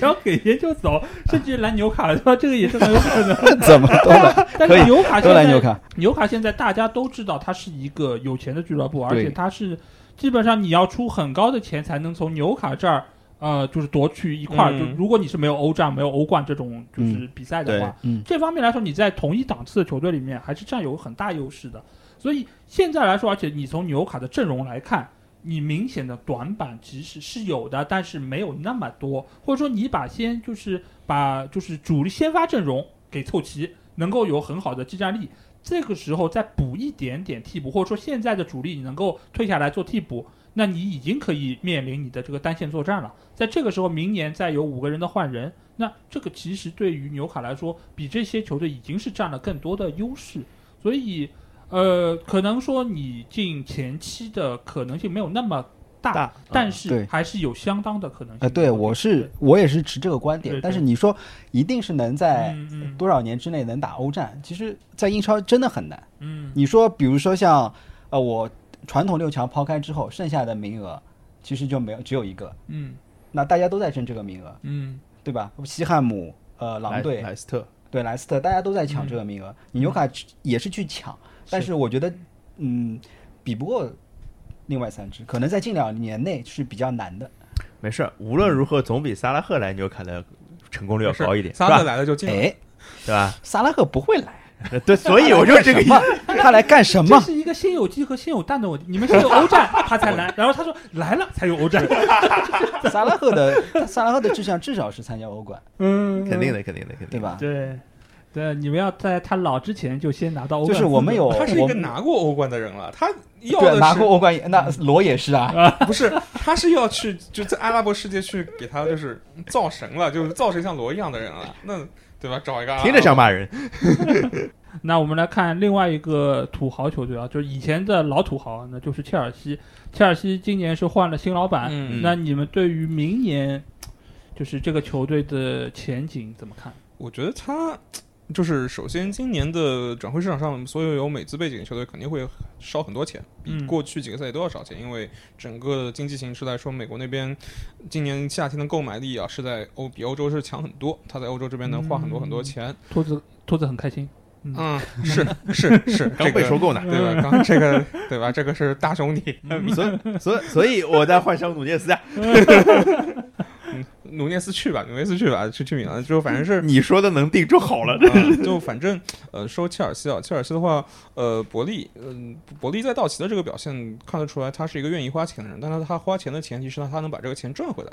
S2: 要给钱就走，甚至来纽卡对吧？这个也是很有可 能。
S4: 怎么都 来
S2: 但
S4: 可以
S2: 是纽卡
S4: 都
S2: 现
S4: 来
S2: 在
S4: 纽卡，
S2: 纽卡现在大家都知道，它是一个有钱的俱乐部，而
S4: 对
S2: 且它是基本上你要出很高的钱才能从纽卡这儿，呃，就是夺去一块儿。
S5: 嗯
S2: 就如果你是没有欧战、没有欧冠这种就是比赛的话，
S4: 嗯嗯
S2: 这方面来说，你在同一档次的球队里面还是占有很大优势的。所以现在来说，而且你从纽卡的阵容来看，你明显的短板其实是有的，但是没有那么多，或者说你把先就是把就是主力先发阵容给凑齐，能够有很好的技战力，这个时候再补一点点替补，或者说现在的主力你能够退下来做替补，那你已经可以面临你的这个单线作战了。在这个时候，明年再有五个人的换人，那这个其实对于纽卡来说，比这些球队已经是占了更多的优势，所以。呃，可能说你进前期的可能性没有那么
S3: 大，
S2: 但是
S3: 是
S4: 嗯对
S2: 还啊是有相当的可能性的。嗯
S4: 呃，对，我是我也是持这个观点
S2: 对，
S4: 但是
S2: 对
S4: 你说一定是能在
S2: 嗯嗯
S4: 多少年之内能打欧战，其实，在英超真的很难。
S2: 嗯
S4: 你说，比如说像呃，我传统六强抛开之后，剩下的名额其实就没有只有一个，
S2: 嗯
S4: 那大家都在争这个名额，
S2: 嗯
S4: 对吧？西汉姆、呃，狼队、
S3: 莱斯特，
S4: 对莱斯特，大家都在抢这个名额，你纽卡也是去抢，但是我觉得，嗯，比不过另外三支，可能在近两年内是比较难的。
S3: 没事儿，无论如何总比萨拉赫来纽卡的成功率要
S5: 是
S3: 高一 点，是
S5: 萨拉赫
S3: 吧？
S5: 来了就进了，
S4: 哎，
S3: 对吧？
S4: 萨拉赫不会来。
S3: 对，所以我就是这个 意思。
S4: 他来干什
S2: 这
S4: 么？
S2: 是一个先有鸡和先有蛋的问题。你们先有欧战，他才 来，然后他说来了才有欧战。
S4: 萨拉赫的萨拉赫的志向至少是参加欧冠，
S2: 嗯，
S3: 肯定的，肯定的，肯定的
S4: 对？吧？
S2: 对对，你们要在他老之前就先拿到欧
S4: 就
S2: 冠资格。
S4: 是我们有
S5: 他是一
S4: 我
S5: 个
S4: 们
S5: 拿过欧冠的人了，他要
S4: 对啊拿
S5: 的
S4: 过
S5: 是
S4: 欧冠，那罗也是啊。
S5: 不是他是要去就在阿拉伯世界去给他就是造神了，就是造神像罗一样的人了，那对吧？找一个阿拉伯
S3: 听着像骂人。
S2: 那我们来看另外一个土豪球队啊，就是以前的老土豪，啊那就是切尔西。切尔西今年是换了新老板，
S5: 嗯
S2: 那你们对于明年就是这个球队的前景怎么看？
S5: 我觉得他就是首先今年的转会市场上，所有有美资背景的球队肯定会烧很多钱，比
S2: 嗯
S5: 过去几个赛季都要少钱，因为整个经济形势来说，美国那边今年夏天的购买力啊是在欧比欧洲是强很多，他在欧洲这边能花很多很多钱，
S2: 兔子兔子很开心，
S5: 嗯，是是是，
S3: 刚被收
S5: 说
S3: 购呢。
S5: 对吧？刚这个对吧？这个是大兄弟，
S3: 所以所 以所以我在幻想努涅斯啊，
S5: 努涅斯去吧，努涅斯去吧，去去米兰之后，反正是
S3: 你说的能定就好了。
S5: 啊， 就反正呃，说切尔西啊，切尔西的话，呃，伯利，嗯、伯利在道奇的这个表现看得出来，他是一个愿意花钱的人，但是他花钱的前提是他能把这个钱赚回来。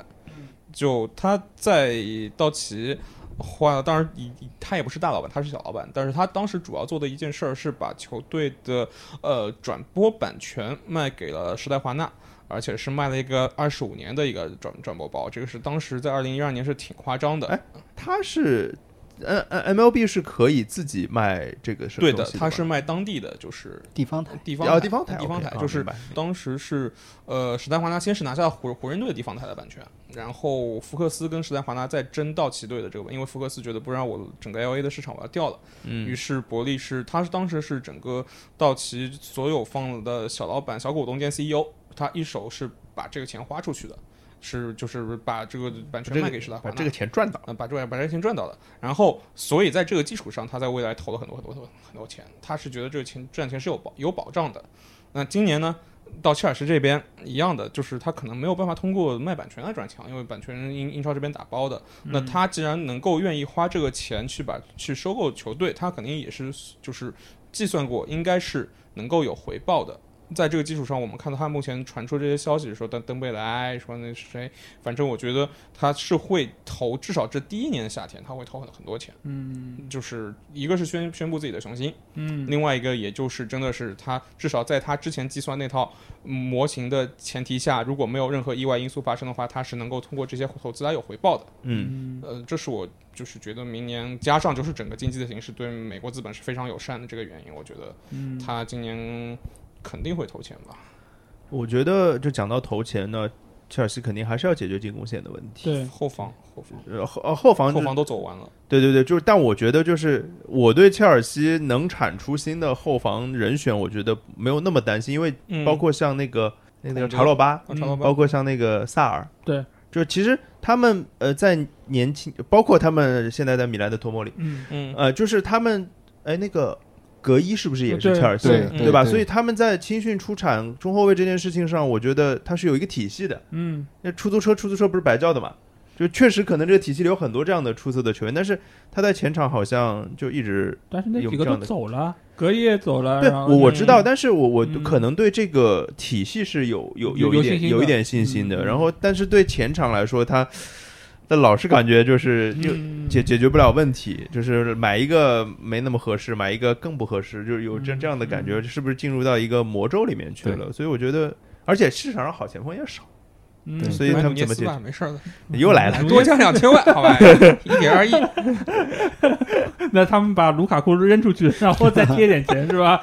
S5: 就他在道奇花，当然以以他也不是大老板，他是小老板，但是他当时主要做的一件事儿是把球队的呃转播版权卖给了时代华纳。而且是卖了一个二十五年的一个转转播包，这个是当时在二零一二年是挺夸张的。
S3: 哎 他是呃 N N MLB 是可以自己卖这个什么
S5: 对
S3: 东
S5: 的
S3: 西，
S5: 他
S3: 吧
S5: 是卖当地的，就是
S4: 地方台
S5: 地方
S3: 哦
S5: 台
S3: 地方台
S5: 地方
S3: OK，
S5: 台
S3: 啊
S5: 就是
S3: 明白
S5: 当时是呃，史丹华纳先是拿下了湖湖人队的地方台的版权，然后福克斯跟史丹华纳在争道奇队的这个版，因为福克斯觉得不然我整个 L A 的市场我要掉了，于
S3: 嗯
S5: 是伯利是他是当时是整个道奇所有方的小老板、小股东兼 CEO，他一手是把这个钱花出去的，是就是把这个版权
S3: 这个
S5: 卖给史丹华
S3: 把
S5: 纳，
S3: 这个钱赚到。
S5: 呃，把这个把这个钱赚到了，然后所以在这个基础上，他在未来投了很多很多很多很多钱，他是觉得这个钱赚钱是有保有保障的。那今年呢，到切尔西这边一样的，就是他可能没有办法通过卖版权来赚钱，因为版权英英超这边打包的。那他既然能够愿意花这个钱去把去收购球队，他肯定也是就是计算过，应该是能够有回报的。在这个基础上，我们看到他目前传出这些消息，说登登贝莱，说那谁，反正我觉得他是会投，至少这第一年的夏天他会投很很多钱，
S2: 嗯
S5: 就是一个是宣宣布自己的雄心，
S2: 嗯
S5: 另外一个也就是真的是他至少在他之前计算那套嗯模型的前提下，如果没有任何意外因素发生的话，他是能够通过这些投资来有回报的。
S3: 嗯，
S2: 嗯
S5: 呃，这是我就是觉得明年加上就是整个经济的形势对美国资本是非常友善的这个原因，我觉得
S2: 嗯，
S5: 他今年肯定会投钱吧。
S3: 我觉得就讲到投钱呢，切尔西肯定还是要解决进攻线的问题。
S2: 对，
S5: 后防后防
S3: 呃后呃后防
S5: 后防都走完了，
S3: 对对对，就是，但我觉得就是我对切尔西能产出新的后防人选，我觉得没有那么担心，因为
S5: 嗯，
S3: 包括像那个、那个叫
S5: 孔德
S3: 查洛巴，
S5: 啊查老板
S3: 包括像那个萨尔，
S2: 对，
S3: 就其实他们呃在年轻，包括他们现在在米兰的托莫里，
S2: 嗯
S5: 嗯
S3: 呃，就是他们哎那个。格伊是不是也是
S2: 对
S3: 切尔西？
S5: 对
S3: 对吧？
S4: 对
S3: 所以他们在青训出产中后卫这件事情上，我觉得它是有一个体系的。
S2: 嗯
S3: 那出租车出租车不是白叫的嘛？就确实可能这个体系里有很多这样的出色的球员，但是他在前场好像就一直
S2: 但是那
S3: 有
S2: 几个都
S3: 这样的
S2: 走了，隔夜走了，
S3: 对
S2: 然后
S3: 我我知道，
S5: 嗯
S3: 但是我我
S2: 嗯
S3: 可能对这个体系是有有
S2: 有
S3: 一
S2: 有信
S3: 点
S2: 心的
S3: 有一点信心的。
S2: 嗯
S3: 然后，但是对前场来说，他他老是感觉就是就
S2: 嗯
S3: 解解决不了问题，就是买一个没那么合适，买一个更不合适，就是有这
S2: 嗯
S3: 这样的感觉，是不是进入到一个魔咒里面去了？所以我觉得，而且市场上好前锋也少，
S2: 嗯
S3: 所以他们怎么解
S5: 解
S3: 决
S5: 没事儿的，
S3: 你又来了。
S5: 多降两千万，好吧，一点二亿，
S2: 那他们把卢卡库扔 出去，然后再贴点钱是吧？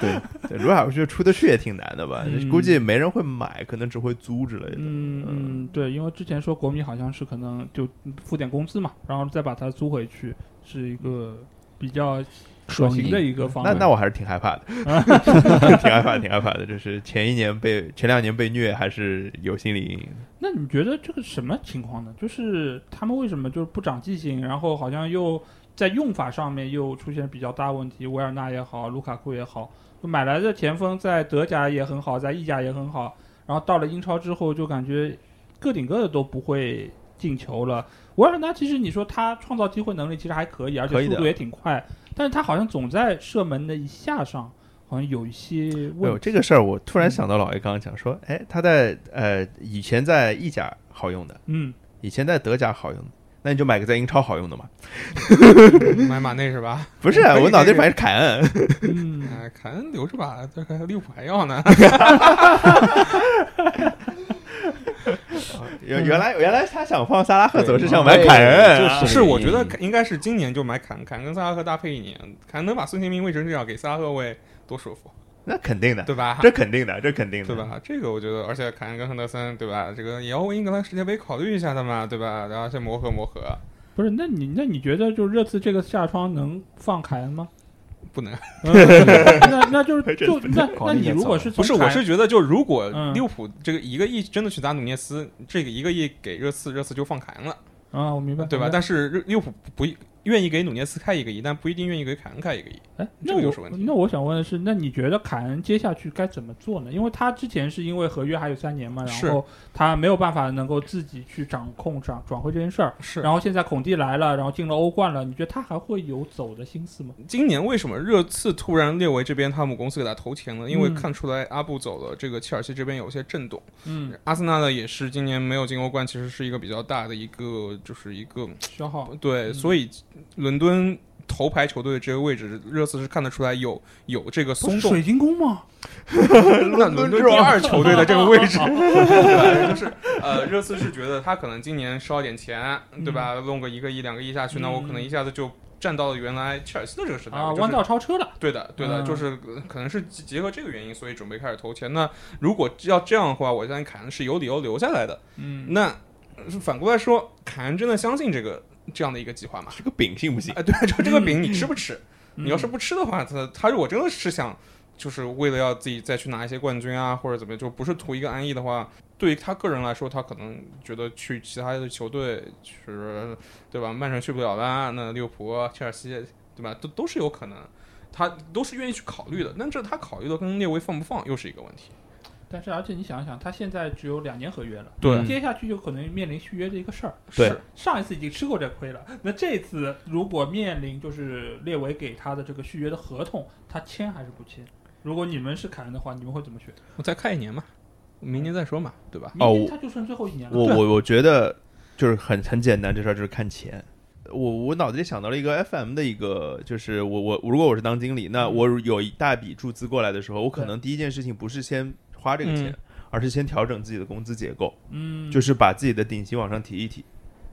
S3: 对，卢卡库这出得去也挺难的吧？
S2: 嗯
S3: 估计没人会买，可能只会租之类的。
S2: 嗯嗯，对，因为之前说国米好像是可能就付点工资嘛，然后再把它租回去，是一个比较可
S4: 双
S2: 行
S4: 赢
S2: 的一个方
S3: 那
S2: 案。
S3: 那我还是挺害 怕的，挺害怕，挺害怕的。就是前一年被前两年被虐，还是有心理阴影的。
S2: 那你觉得这个什么情况呢？就是他们为什么就是不长记性，然后好像又在用法上面又出现比较大问题？维尔纳也好，卢卡库也好，就买来的前锋在德甲也很好，在意甲也很好，然后到了英超之后就感觉个顶个的都不会进球了。维尔纳其实你说他创造机会能力其实还可以，而
S3: 可
S2: 且
S3: 以
S2: 速
S3: 的
S2: 度也挺快，但是他好像总在射门的一下上好像有一些
S3: 哎呦，
S2: 问题。
S3: 这个事儿我突然想到老爷刚刚讲说，哎，他在呃以前在意甲好用的，
S2: 嗯，
S3: 以前在德甲好用的，那你就买个在英超好用的嘛。
S5: 买马内是吧？
S3: 不是，啊
S5: 可以
S3: 我脑
S5: 可
S3: 袋
S5: 以
S3: 反正是凯 恩，
S2: 嗯
S5: 哎，凯恩留着吧， 这还利物浦还要呢。
S3: 原原来原来他想放萨拉赫，
S5: 对
S3: 总是想买凯恩啊，
S5: 不是，我觉得应该是今年就买坎坎跟萨拉赫搭配一年，坎能把孙兴民位置扔掉，给萨拉赫位多舒服，
S3: 那肯定的，
S5: 对吧？
S3: 这肯定的，这肯定的，
S5: 对？吧？这个我觉得，而且坎恩跟亨德森，对吧？这个也要为英格兰世界杯考虑一下的嘛，对吧？然后先磨合磨合，
S2: 不是，那你那你觉得就热刺这个下窗能放凯恩吗？
S5: 不能
S2: 嗯那那就是
S3: 这
S2: 就那
S6: 考
S2: 那
S6: 虑
S2: 你
S6: 得
S2: 如
S6: 早
S2: 果是
S5: 不
S2: 从
S5: 是，我
S2: 凯
S5: 是觉得，就如果
S2: 嗯
S5: 利物浦这个一个亿真的去打努涅斯，这个一个亿给热刺，热刺就放凯恩了，
S2: 啊，我明白，
S5: 对吧？
S2: 明白
S5: 但是热利物浦不不愿意给努涅斯开一个亿，但不一定愿意给凯恩开一个亿。
S2: 哎，那
S5: 这个
S2: 我
S5: 就是问题
S2: 那我想问的是，那你觉得凯恩接下去该怎么做呢？因为他之前是因为合约还有三年嘛，
S5: 是
S2: 然后他没有办法能够自己去掌控转转会这件事儿。
S5: 是
S2: 然后现在孔蒂来了，然后进了欧冠了，你觉得他还会有走的心思吗？
S5: 今年为什么热刺突然列为这边他母公司给他投钱了？因为
S2: 嗯
S5: 看出来阿布走了，这个切尔西这边有些震动。
S2: 嗯，
S5: 阿森纳呢也是今年没有进欧冠，其实是一个比较大的一个，就是一个
S2: 消耗。
S5: 对，
S2: 嗯
S5: 所以伦敦头牌球队这个位置，热刺是看得出来有有这个松动。
S2: 晶宫吗？
S5: 那 伦敦第二球队的这个位置，对 就是呃，热刺是觉得他可能今年烧点钱，对吧？
S2: 嗯
S5: 弄个一个亿、两个亿下去，那我可能一下子就站到了原来切尔西的这个时代
S2: 啊，
S5: 就是
S2: 弯道超车了。
S5: 对的，对的，
S2: 嗯
S5: 就是呃可能是结结合这个原因，所以准备开始投钱。那如果要这样的话，我相信凯恩是有理由留下来的。
S2: 嗯，
S5: 那呃反过来说，凯恩真的相信这个这样的一个计划吗？
S3: 这个饼信不信？
S5: 哎， 对，就这个饼你吃不吃？
S2: 嗯
S5: 你要是不吃的话，他他如果真的是想，就是为了要自己再去拿一些冠军啊，或者怎么，就不是图一个安逸的话，对于他个人来说，他可能觉得去其他的球队，就是对吧？曼城去不了啦，那利物浦、啊切尔西，对吧？都都是有可能，他都是愿意去考虑的。但这他考虑的跟列维放不放又是一个问题。
S2: 但是而且你想一想，他现在只有两年合约了，
S5: 对
S2: 接下去有可能面临续约的一个事儿。
S3: 嗯对
S5: 是
S2: 上一次已经吃过这亏了，那这次如果面临就是列维给他的这个续约的合同，他签还是不签？如果你们是凯恩的话，你们会怎么选？
S5: 嗯我再看一年嘛，明年再说嘛，对吧？
S2: 明
S3: 哦我
S2: 年他就剩最后一年了。
S3: 我
S2: 对啊
S3: 我我觉得就是很很简单，这事儿就是看钱。我我脑子里想到了一个 FM 的一个，就是我我如果我是当经理，那
S2: 嗯
S3: 我有一大笔注资过来的时候，我可
S2: 对
S3: 能第一件事情不是先花这个钱
S5: 嗯，
S3: 而是先调整自己的工资结构，
S2: 嗯，
S3: 就是把自己的顶薪往上提一提。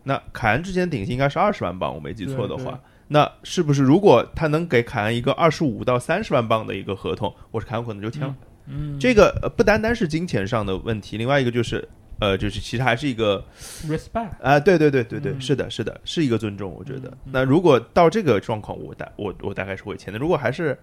S3: 那凯恩之前顶薪应该是二十万镑，我没记错的
S2: 对对
S3: 话，那是不是如果他能给凯恩一个二十五到三十万镑的一个合同，我是凯恩可能就签了。
S2: 嗯
S3: 这个呃不单单是金钱上的问题，另外一个就是呃，就是其实还是一个
S2: 嗯 respect
S3: 啊，对对对对对，
S2: 嗯
S3: 是的，是的，是一个尊重，我觉得。
S2: 嗯嗯
S3: 那如果到这个状况，我大我我大概是会签的。如果还是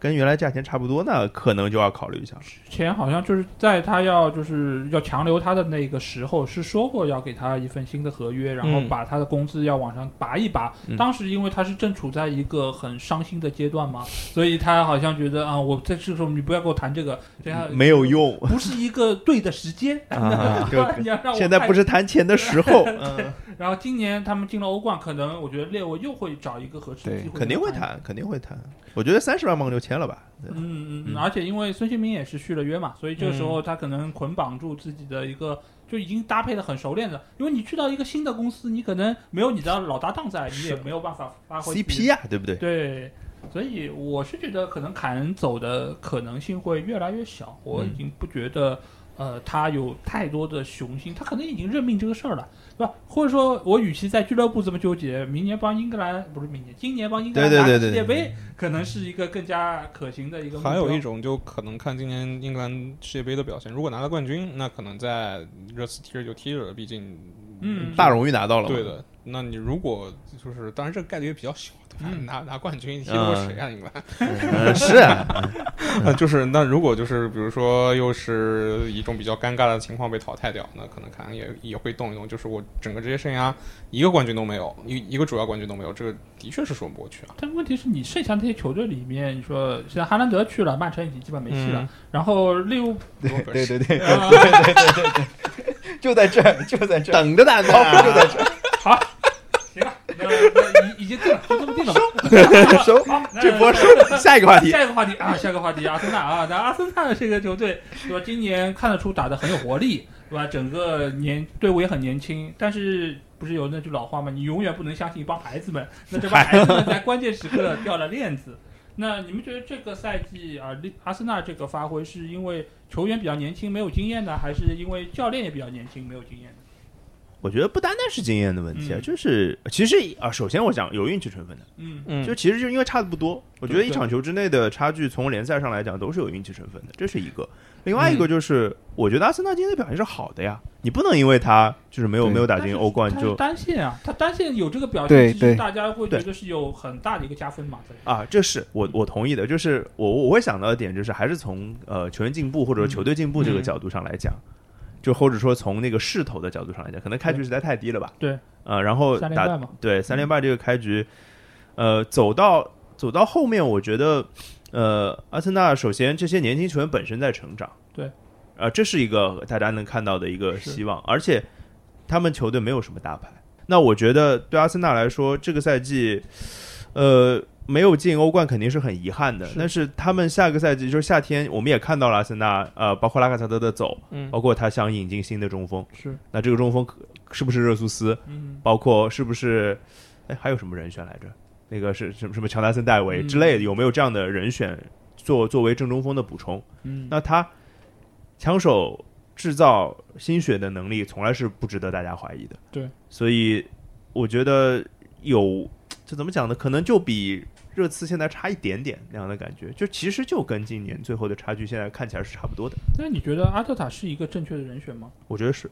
S3: 跟原来价钱差不多，那可能就要考虑一下了。
S2: 之前好像就是在他要就是要强留他的那个时候，是说过要给他一份新的合约，然后
S5: 嗯
S2: 把他的工资要往上拔一拔。
S3: 嗯
S2: 当时因为他是正处在一个很伤心的阶段嘛，所以他好像觉得啊，我在这个时候你不要跟我谈这个，这样
S3: 没有用，
S2: 不是一个对的时 间。
S3: 啊就
S2: 你要让我
S3: 现在不是谈钱的时 候，嗯，
S2: 看。然后今年他们进了欧冠，可能我觉得列维又会找一个合适的
S6: 对
S2: 机会，
S3: 肯定会。谈，肯定会谈。我觉得三十万镑就签了吧。对
S2: 嗯嗯
S3: 嗯
S2: 嗯，而且因为孙兴民也是续了约嘛，所以这个时候他可能捆绑住自己的一个，就已经搭配的很熟练的。因为你去到一个新的公司，你可能没有你的老搭档在，你也没有办法发挥自己的
S3: CP 呀、对不对？
S2: 对，所以我是觉得可能凯恩走的可能性会越来越小，我
S3: 嗯
S2: 已经不觉得。呃，他有太多的雄心，他可能已经认命这个事儿了，对吧？或者说，我与其在俱乐部这么纠结，明年帮英格兰不是明年，今年帮英格兰
S3: 对对
S2: 拿
S3: 对对
S2: 世界
S3: 对
S2: 杯，可能是一个更加可行的一个目标。
S5: 还有一种就可能看今年英格兰世界杯的表现，如果拿了冠军，那可能在热刺踢着就踢着了，毕竟
S2: 嗯
S3: 大荣誉拿到了嘛，
S5: 对的。那你如果就是，当然这个概率也比较小，对吧？
S2: 嗯
S5: 拿拿冠军，踢过谁啊？英格
S3: 嗯，是啊，
S5: 兰呃就是那如果就是比如说又是一种比较尴尬的情况被淘汰掉，那可能可能也也会动一动，就是我整个职业生涯一个冠军都没有，一一个主要冠军都没有，这个的确是说不过去啊。
S2: 但问题是你剩下那些球队里面，你说现在哈兰德去了，曼城已经基
S3: 哎
S2: 本没戏了，
S5: 嗯
S2: 然后利 物浦
S5: 对
S6: 对对对，
S2: 啊
S6: 就在这儿，就在这儿。
S3: 等着啊打呢， 就在这儿
S2: 行了，那那已已经定了，就这么定了吧。
S3: 收
S2: 好，那
S3: 这波收。下
S1: 嗯
S3: 一个话题，
S2: 下一个话题啊，下一个话题，阿森纳啊，那阿森纳这个球队，对吧？今年看得出打得很有活力，对吧？整个年队伍也很年轻，但是不是有那句老话吗？你永远不能相信一帮孩子们，那这帮孩子们在关键时刻掉了链子。那你们觉得这个赛季啊，利阿森纳这个发挥是因为球员比较年轻没有经验呢，还是因为教练也比较年轻没有经验呢？
S3: 我觉得不单单是经验的问题啊，
S2: 嗯
S3: 就是其实啊，首先我讲有运气成分的，
S2: 嗯，
S5: 嗯
S3: 就其实就因为差的不多，我觉得
S2: 对
S3: 一场球之内的差距从联赛上来讲都是有运气成分的，这是一个。另外一个就是，我觉得阿森纳今天的表现是好的呀，你不能因为他就是没有
S4: 对
S3: 没有打
S2: 但
S3: 进
S2: 是
S3: 欧冠
S2: 他是
S3: 就
S2: 单线啊，他单线有这个表
S4: 对
S2: 现，其实
S4: 对
S2: 大家会
S3: 对
S2: 觉得是有很大的一个加分嘛。在
S3: 啊，这是我我同意的，就是我我会想到的点就是还是从呃球员进步或者说球队进步这个
S5: 嗯
S3: 角度上来讲，就或者说从那个势头的角度上来讲，可能开局实在太低了吧？
S2: 对，
S3: 呃，然后
S2: 三连
S3: 打
S2: 败嘛，
S3: 对三连败这个开局，呃，走到走到后面，我觉得呃，阿森纳首先这些年轻球员本身在成长，
S2: 对，
S3: 呃，这是一个大家能看到的一个
S2: 是
S3: 希望，而且他们球队没有什么大牌。那我觉得对阿森纳来说，这个赛季，呃，没有进欧冠肯定是很遗憾的。
S2: 是
S3: 但是他们下个赛季，就是夏天，我们也看到了阿森纳，呃，包括拉卡萨德的走，
S5: 嗯
S3: 包括他想引进新的中锋，
S2: 是，
S3: 那这个中锋可是不是热苏斯？
S2: 嗯，
S3: 包括是不是，哎，还有什么人选来着？那个是什么什么乔纳森戴维之类的，有没有这样的人选做作为正中锋的补充？
S2: 嗯，
S3: 那他枪手制造新血的能力从来是不值得大家怀疑的。
S2: 对，
S3: 所以我觉得有这怎么讲呢？可能就比热刺现在差一点点那样的感觉，就其实就跟今年最后的差距现在看起来是差不多的。
S2: 那你觉得阿特塔是一个正确的人选吗？
S3: 我觉得是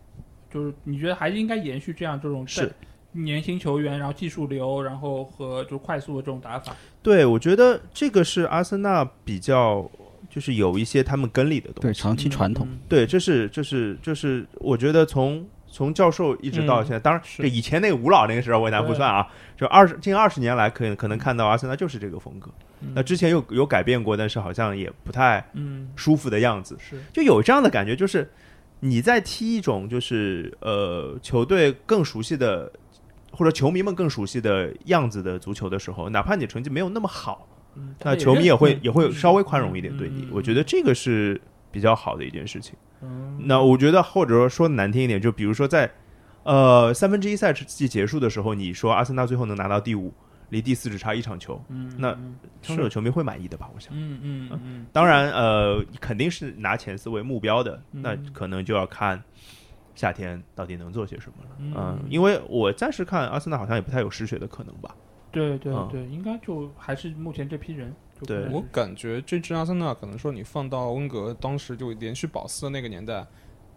S2: 就是你觉得还是应该延续这样这种
S3: 是
S2: 在年轻球员，然后技术流，然后和就快速的这种打法。
S3: 对，我觉得这个是阿森纳比较就是有一些他们根里的东西。
S4: 对长期传统，
S2: 嗯，
S3: 对，这是这是这是，我觉得从从教授一直到
S5: 嗯
S3: 现在，当然
S5: 是
S3: 这以前那个吴老那个时候我也拿不算啊，就二十近二十年来可以可能看到阿森纳就是这个风格，
S2: 嗯
S3: 那之前有有改变过，但是好像也不太
S2: 嗯，
S3: 舒服的样子，
S2: 是
S3: 就有这样的感觉，就是你在踢一种就是呃球队更熟悉的或者球迷们更熟悉的样子的足球的时候，哪怕你成绩没有那么好，
S2: 嗯他
S3: 那球迷也
S2: 认
S3: 会
S2: 嗯
S3: 也会稍微宽容一点
S2: 嗯
S3: 对你
S2: 嗯，
S3: 我觉得这个是比较好的一件事情。
S2: 嗯
S3: 那我觉得或者说说难听一点，就比如说在呃三分之一赛季结束的时候，你说阿森纳最后能拿到第五，离第四只差一场球，
S2: 嗯，
S3: 那
S2: 嗯
S3: 枪手球迷会满意的吧？我想。
S2: 嗯嗯嗯
S3: 当然，呃，肯定是拿前四为目标的，
S2: 嗯
S3: 那可能就要看夏天到底能做些什么了。
S2: 嗯
S3: 嗯，
S2: 嗯，
S3: 因为我暂时看阿森纳好像也不太有失血的可能吧。
S2: 对对
S3: 嗯
S2: 对，应该就还是目前这批人。就
S3: 对
S2: 可能
S5: 我
S2: 是
S5: 感觉这支阿森纳可能说你放到温格当时就连续保四的那个年代，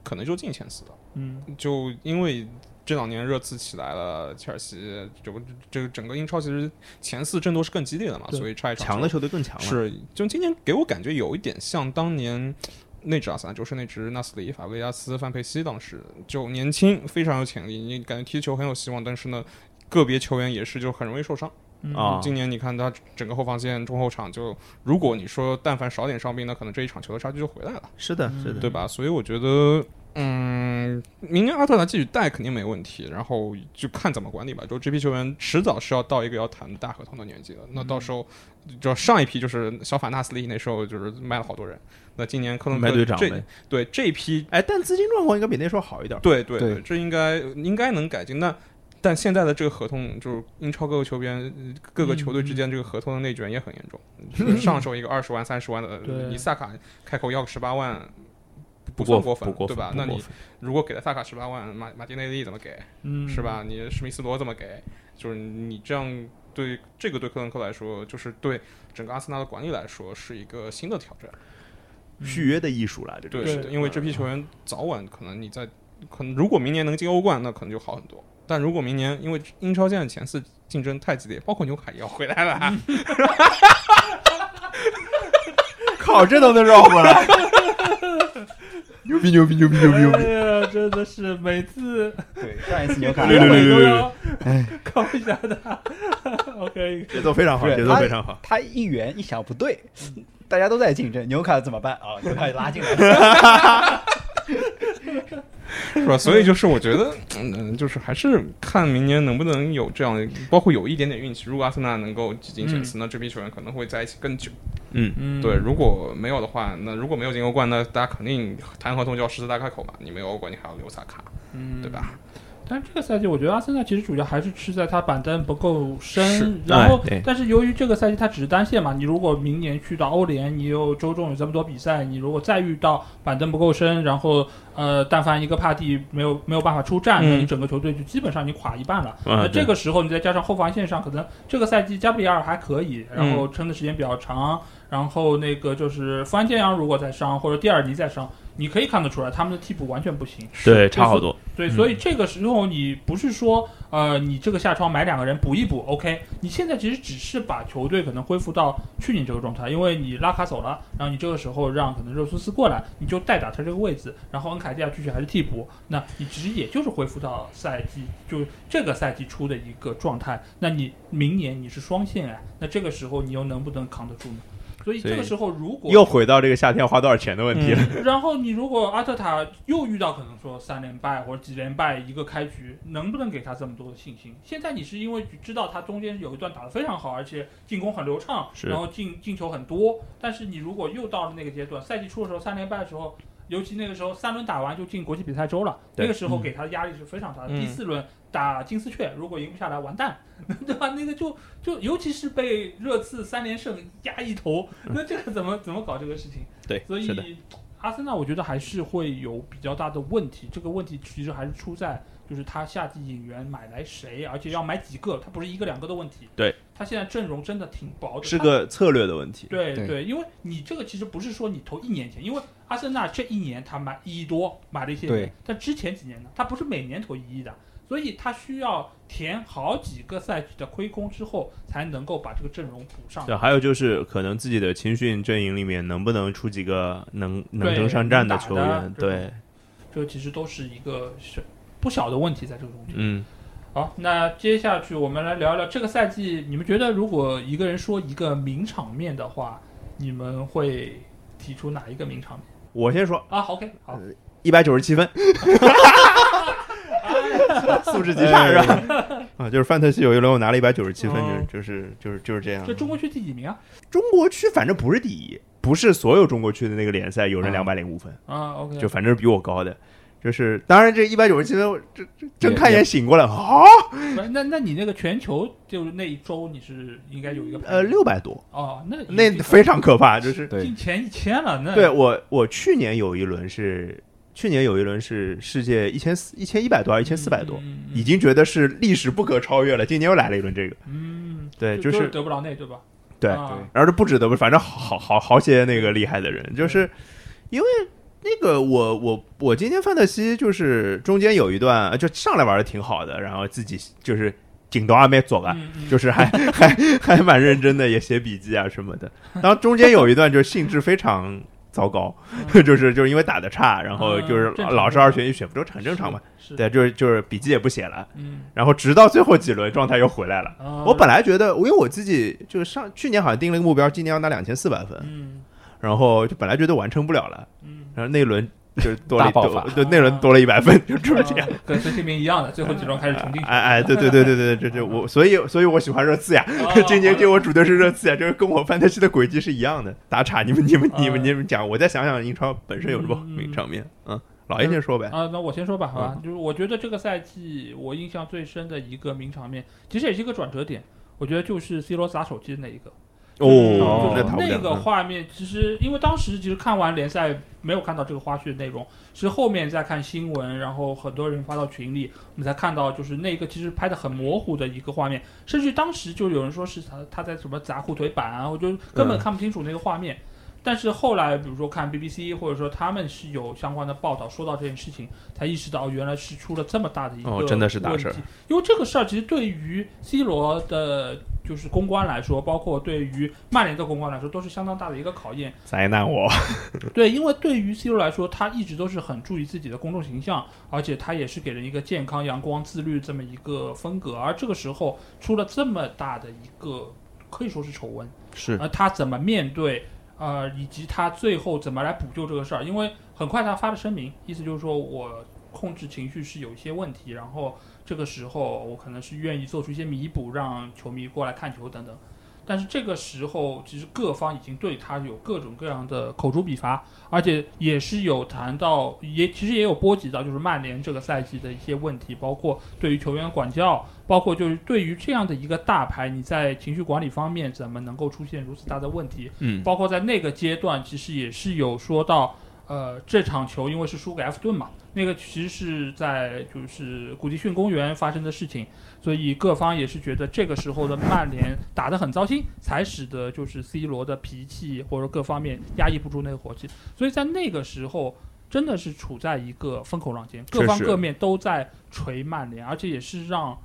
S5: 可能就进前四了。
S2: 嗯
S5: 就因为这两年热刺起来了，切尔西这不这个整个英超其实前四争夺是更激烈的嘛，
S2: 对
S5: 所以差一场
S3: 强的球队更强了，
S5: 是，就今年给我感觉有一点像当年那支阿森纳，就是那支纳斯里、法布雷加斯、范佩西，当时就年轻，非常有潜力，你感觉踢球很有希望，但是呢。个别球员也是，就很容易受伤。
S2: 嗯
S3: 啊
S5: 今年你看他整个后防线、中后场就，如果你说但凡少点伤病，那可能这一场球的差距就回来了。
S3: 是的，
S2: 嗯
S3: 是的，
S5: 对吧？啊所以我觉得，嗯，明年阿特塔继续带肯定没问题，然后就看怎么管理吧。就这批球员迟早是要到一个要谈大合同的年纪的，那到时
S3: 嗯
S5: 候就上一批就是小法纳斯利那时候就是卖了好多人，那今年克伦
S3: 麦
S5: 克
S3: 队长
S5: 这
S3: 呗
S5: 对这一批，
S3: 哎，但资金状况应该比那时候好一点。
S5: 对对
S4: 对
S5: 这应该应该能改进。那但现在的这个合同，就是英超各个球员、呃各个球队
S3: 嗯
S5: 之间这个合同的内卷也很严重。就是上手一个二十万、三十万的，
S2: 对
S5: 你萨卡开口要个十八万，
S3: 不
S5: 不
S3: 过
S5: 算
S3: 分
S5: 过
S3: 不过
S5: 对
S3: 分
S5: 吧？
S3: 不
S5: 那
S3: 过
S5: 你
S3: 分
S5: 如果给了萨卡十八万，马马丁内利怎么给、
S2: 嗯
S5: 是？吧？啊你史密斯罗怎么给？就是你这样对这个对克伦克来说，就是对整个阿森纳的管理来说是一个新的挑战。
S2: 嗯
S3: 续约的艺术啦，这个
S5: 是的，因为这批球员早晚可能你在可能如果明年能进欧冠，那可能就好很多。但如果明年因为英超现在前四竞争太激烈，包括纽卡也要回来了啊，
S3: 靠，这都能绕过来，牛逼牛逼牛逼牛逼牛
S2: 哎
S3: 逼！
S2: 呀，真的是每次
S6: 对，上一次纽卡
S3: 对对对对
S2: 都
S3: 对
S2: 要 搞一下他。OK，
S3: 节奏非常好，
S6: 对
S3: 节奏非常好。
S6: 他一圆一想不对，大家都在竞争，纽卡怎么办啊？
S4: 哦
S6: 纽卡也拉进来，
S5: 是吧？所以就是我觉得，嗯，就是还是看明年能不能有这样的，包括有一点点运气。如果阿森纳能够挤进前四，那这批球员可能会在一起更久。
S3: 嗯，
S2: 嗯，
S5: 对，如果没有的话，那如果没有进欧冠，那大家肯定谈合同就要狮子大开口吧。你没有欧冠，你还要留萨卡，
S2: 嗯，
S5: 对吧？
S2: 但这个赛季，我觉得阿森纳其实主要还是吃在他板凳不够深
S3: 是，
S2: 然后
S1: 哎对
S2: 但是由于这个赛季他只是单线嘛，你如果明年去到欧联，你有周中有这么多比赛，你如果再遇到板凳不够深，然后呃，但凡一个帕蒂没有没有办法出战，
S3: 嗯
S2: 那你整个球队就基本上你垮一半了。
S3: 啊
S2: 那
S3: 对
S2: 这个时候你再加上后防线上，可能这个赛季加布里埃尔还可以，
S3: 嗯
S2: 然后撑的时间比较长，然后那个就是范建阳如果再伤或者蒂尔尼再伤，你可以看得出来他们的替补完全不行。
S3: 对，
S2: 差
S3: 差
S2: 好
S3: 好多。
S2: 对，
S3: 嗯
S2: 所以这个时候你不是说，呃，你这个下窗买两个人补一补，OK？你现在其实只是把球队可能恢复到去年这个状态，因为你拉卡走了，然后你这个时候让可能热苏斯过来，你就代打他这个位置，然后恩凯蒂亚继续还是替补，那你其实也就是恢复到赛季就这个赛季初的一个状态。那你明年你是双线哎，那这个时候你又能不能扛得住呢？所以这个
S3: 所以
S2: 时候如果
S3: 又回到这个夏天花多少钱的问题 了。
S2: 然后你如果阿特塔又遇到可能说三连败或者几连败一个开局，能不能给他这么多的信心？现在你是因为知道他中间有一段打得非常好，而且进攻很流畅，
S3: 是
S2: 然后进进球很多，但是你如果又到了那个阶段，赛季初的时候三连败的时候。尤其那个时候三轮打完就进国际比赛周了，
S3: 对嗯
S2: 那个时候给他的压力是非常大的。
S5: 嗯
S2: 第四轮打金丝雀，如果赢不下来完蛋， 对吧？那个就就尤其是被热刺三连胜压一头，那这个怎么怎么搞这个事情？
S3: 对
S2: 所
S3: 是的，
S2: 以阿森纳我觉得还是会有比较大的问题，这个问题其实还是出在就是他夏季引援买来谁，而且要买几个，他不是一个两个的问题。
S3: 对，
S2: 他现在阵容真的挺薄的，
S3: 是
S2: 他
S3: 个策略的问题。
S2: 对
S4: 对
S2: 因为你这个其实不是说你投一年前，因为阿森纳这一年他买一亿多买了一些人
S4: 对
S2: 但之前几年呢，他不是每年投一亿的，所以他需要填好几个赛季的亏空之后，才能够把这个阵容补上。
S3: 对，还有就是可能自己的青训阵营里面能不能出几个能能征上战的球员？
S2: 对能
S3: 对，
S2: 这个其实都是一个是不小的问题在这个中间。
S3: 嗯，
S2: 好，那接下去我们来聊一聊这个赛季，你们觉得如果一个人说一个名场面的话，你们会提出哪一个名场面
S3: 我先说
S2: 啊？OK，好，
S3: 一百九十七 分，素质极差是吧？ 啊，就是范特西有一轮我拿了一百九十七分，
S2: 嗯
S3: 就是就是就是哦就是这样
S2: 这。中国区第几名啊？
S3: 中国区反正不是第一，不是所有中国区的那个联赛有人两
S4: 嗯
S3: 百零五分，
S2: 啊，OK，
S3: 就反正是比我高的。就是当然这一百九十七分，我这这睁
S4: 也
S3: 开眼醒过来，啊，
S2: 不是那那你那个全球就是那一周你是应该有一个排名
S3: 呃，六百多，
S2: 哦，那
S3: 那
S2: 已经
S3: 非常可怕，就是
S4: 对
S2: 进前一千了，那
S3: 对我，我去年有一轮是，去年有一轮是世界一千四、一千一百多啊还是一千四百多，
S2: 嗯
S3: 已经觉得是历史不可超越了。今年又来了一轮这个，
S2: 嗯，
S3: 对，
S2: 就
S3: 就是，
S2: 德布劳内对吧？
S3: 对
S2: 啊
S4: 对
S3: 然后这不止得不，反正好好好些那个厉害的人，就是因为那个我我我今天范特西就是中间有一段呃就上来玩的挺好的，然后自己就是紧啊到阿妹走了。
S2: 嗯嗯
S3: 就是还 还还蛮认真的，也写笔记啊什么的。然后中间有一段就是兴致非常糟糕， 就是就是因为打的差，然后就是
S2: 嗯正常
S3: 老是二选一选不中，很正常嘛。，
S2: 是，
S3: 对，就是就是笔记也不写了，
S2: 嗯，
S3: 然后直到最后几轮状态又回来了。
S2: 啊
S3: 我本来觉得，因为我自己就是上去年好像定了个目标，今年要拿两千四百分，
S2: 嗯
S3: 然后就本来觉得完成不了了，
S2: 嗯，
S3: 然后那轮就是多了
S4: 大爆发
S3: 多对那轮多了一百分， 就就是这样。
S2: 啊，跟孙兴民一样的，最后几轮开始重进。
S3: 哎哎，对对对对对，这这我，所以所以我喜欢热刺呀，
S2: 啊
S3: 今年给我主队是热刺啊呀，这个跟我范特西的轨迹是一样的。打岔，你们你们
S2: 啊
S3: 你们你们讲，我再想想英超本身有什么名场面。嗯，老爷先说呗。
S2: 啊，那我先说吧，好
S3: 嗯
S2: 吧，就是我觉得这个赛季我印象最深的一个名场面，其实也是一个转折点，我觉得就是 C 罗砸手机的那一个。
S3: 哦
S2: 就，
S3: 那
S2: 是
S3: 打不
S2: 那
S3: 了嗯
S2: 个画面，其实因为当时其实看完联赛没有看到这个花絮的内容，是后面再看新闻，然后很多人发到群里，我们才看到就是那个其实拍的很模糊的一个画面，甚至当时就有人说是他他在什么砸护腿板啊，我就根本
S3: 嗯
S2: 看不清楚那个画面。但是后来，比如说看 BBC，或者说他们是有相关的报道说到这件事情，才意识到原来是出了这么大的一个
S3: 哦真的是大
S2: 问
S3: 事儿
S2: 题因为这个事儿其实对于 C 罗的就是公关来说，包括对于曼联的公关来说，都是相当大的一个考验。
S3: 灾难我。
S2: 对，因为对于 C 罗来说，他一直都是很注意自己的公众形象，而且他也是给人一个健康、阳光、自律这么一个风格。而这个时候出了这么大的一个，可以说是丑闻。
S1: 是
S2: 呃，他怎么面对，呃，以及他最后怎么来补救这个事儿。因为很快他发了声明，意思就是说我控制情绪是有一些问题，然后这个时候我可能是愿意做出一些弥补，让球迷过来看球等等。但是这个时候，其实各方已经对他有各种各样的口诛笔伐，而且也是有谈到，也其实也有波及到，就是曼联这个赛季的一些问题，包括对于球员管教，包括就是对于这样的一个大牌，你在情绪管理方面怎么能够出现如此大的问题？
S3: 嗯
S2: 包括在那个阶段，其实也是有说到，呃，这场球因为是输给埃弗顿嘛，那个其实是在就是古迪逊公园发生的事情，所以各方也是觉得这个时候的曼联打得很糟心，才使得就是 C 罗的脾气或者各方面压抑不住那个火气，所以在那个时候。真的是处在一个风口浪尖，各方
S3: 确实
S2: 各面都在锤曼联，而且也是让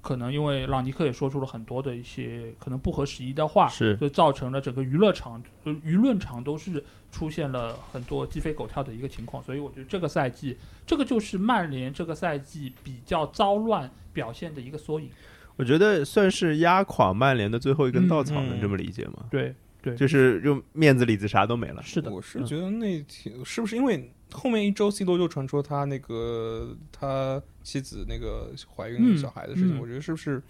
S2: 可能因为朗尼克也说出了很多的一些可能不合时宜的话，
S3: 是
S2: 就造成了整个娱乐场、呃舆论场都是出现了很多鸡飞狗跳的一个情况，所以我觉得这个赛季，这个就是曼联这个赛季比较糟乱表现的一个缩影。
S3: 我觉得算是压垮曼联的最后一根稻草，
S5: 嗯
S3: 能这么理解吗？
S2: 对，
S3: 就是用面子里子啥都没了。
S2: 是的，
S5: 我是觉得那天是不是因为后面一周 C 罗就传出他那个他妻子那个怀孕
S2: 嗯
S5: 小孩的事情，
S2: 嗯
S5: 我觉得是不是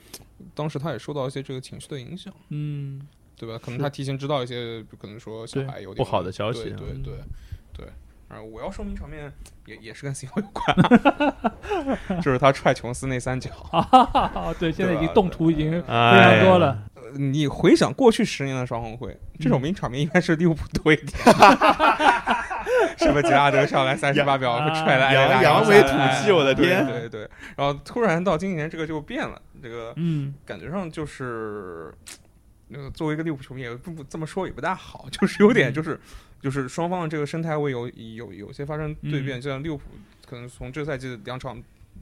S5: 当时他也受到一些这个情绪的影响，
S2: 嗯，
S5: 对吧？可
S2: 是
S5: 能他提前知道一些，可能说小孩有
S3: 不
S5: 点
S3: 好的消息
S5: 对
S3: 啊
S5: 对
S2: 嗯
S5: 对对。然后我要说明场面也也是跟 C 罗有关， 就是他踹琼斯那三脚。
S2: 啊，对，现在已
S5: 对
S2: 经
S5: 吧
S2: 动图已经非
S3: 哎
S2: 常
S3: 呀
S2: 多了，嗯
S5: 呃你回想过去十年的双红会，这种名场面应该是利物浦多一点。 什么杰拉德上来三十八秒
S2: 啊
S5: 踹了埃雷
S3: 扬
S5: 拉
S3: 扬为吐气，我的
S5: 对
S3: 天！
S5: 对对，然后突然到今年这个就变了，这个
S2: 嗯，
S5: 感觉上就是，呃，作为一个利物浦球迷，也不不这么说也不大好，就是有
S2: 嗯
S5: 点就是就是双方的这个生态位有有有些发生
S2: 嗯
S5: 对变，就像利物浦可能从这赛季的两场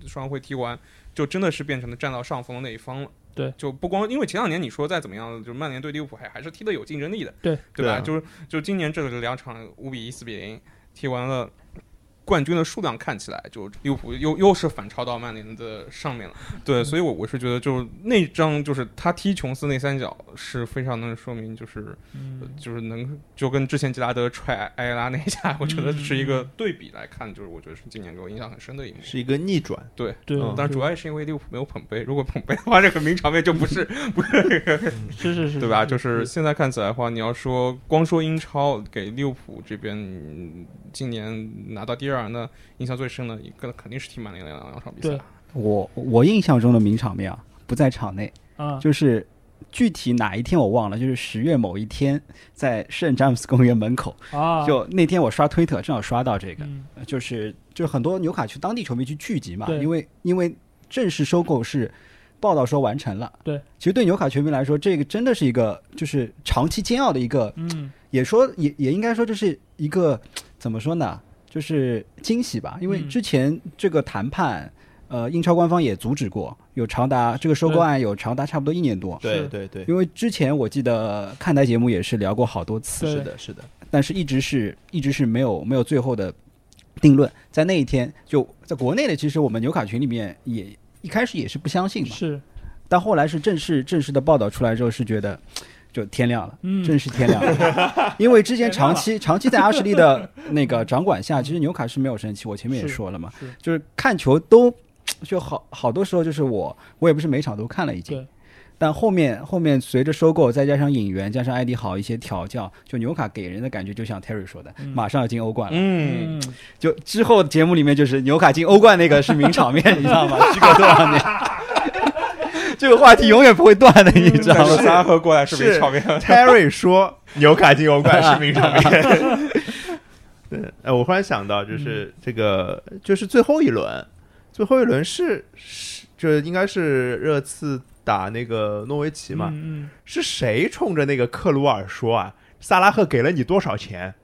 S5: 双红会踢完，就真的是变成了占到上风的那一方了。
S2: 对，
S5: 就不光因为前两年你说再怎么样，就是曼联对利物浦还还是踢得有竞争力的，
S2: 对
S5: 对
S3: 对
S5: 吧？
S3: 啊
S5: 就是就今年这两场五比一、四比零踢完了。冠军的数量看起来，就利物浦又又是反超到曼联的上面了。对，所以我我是觉得，就是那张就是他踢琼斯那三角是非常能说明，就是、呃
S2: 嗯
S5: 就是能就跟之前吉拉德踹埃拉那一下，我觉得是一个
S2: 嗯
S5: 对比来看，就是我觉得是今年给我印象很深的一幕。
S3: 是一个逆转，
S2: 对，
S3: 嗯
S5: 当然，主
S2: 要
S5: 要也是因为利物浦没有捧杯，如果捧杯的话，这个名场面就不是 不是这个
S2: 是是是，
S5: 对吧？就是现在看起来的话，你要说光说英超给利物浦这边嗯今年拿到第二，那印象最深的一个肯定是踢曼联的两两场比
S2: 对
S5: 赛。
S4: 我我印象中的名场面啊，不在场内，
S2: 啊，
S4: 就是具体哪一天我忘了，就是十月某一天，在圣詹姆斯公园门口，
S2: 啊，
S4: 就那天我刷推特，正好刷到这个，
S2: 嗯
S4: 就是就是很多纽卡区当地球迷去聚集嘛，
S2: 对
S4: 因为因为正式收购是报道说完成了，
S2: 对，
S4: 其实对纽卡球迷来说，这个真的是一个就是长期煎熬的一个，
S2: 嗯
S4: 也说也也应该说这是一个怎么说呢，就是惊喜吧，因为
S2: 嗯
S4: 之前这个谈判，呃，英超官方也阻止过，有长达这个收购
S2: 对
S4: 案有长达差不多一年多。
S2: 是
S3: 对对，
S4: 因为之前我记得看台节目也是聊过好多次，
S2: 对
S3: 是的，是的，
S4: 但是一直是一直是没有没有最后的定论。在那一天，就在国内的，其实我们纽卡群里面也一开始也是不相信嘛，
S2: 嗯是
S4: 但后来是正式正式的报道出来之后，是觉得就天亮了。
S2: 嗯
S4: 真是天亮了， 因为之前长期长期在阿什利的那个掌管 下，其实纽卡是没有生气。我前面也
S2: 是
S4: 说了嘛，
S2: 是
S4: 就是看球都就好好多时候就是我我也不是每场都看了已经
S2: 对，
S4: 但后面后面随着收购，再加上引援，加上艾迪好一些调教，就纽卡给人的感觉就像 Terry 说的，
S2: 嗯
S4: 马上要进欧冠了。
S5: 嗯
S2: 嗯
S4: 就之后节目里面就是纽卡进欧冠那个是 名场面，你知道吗？时隔多少年， 这个话题永远不会断的，
S2: 嗯
S4: 你知道
S5: 但是
S4: 吗？
S5: 三和过来是
S3: 是
S5: 名场面，
S3: Terry 说纽卡进欧冠是名场面。对，哎，我忽然想到，就是这个，就是最后一轮，最后一轮是是，这应该是热刺打那个诺维奇嘛？
S2: 嗯
S3: 是谁冲着那个克鲁尔说啊？萨拉赫给了你多少钱？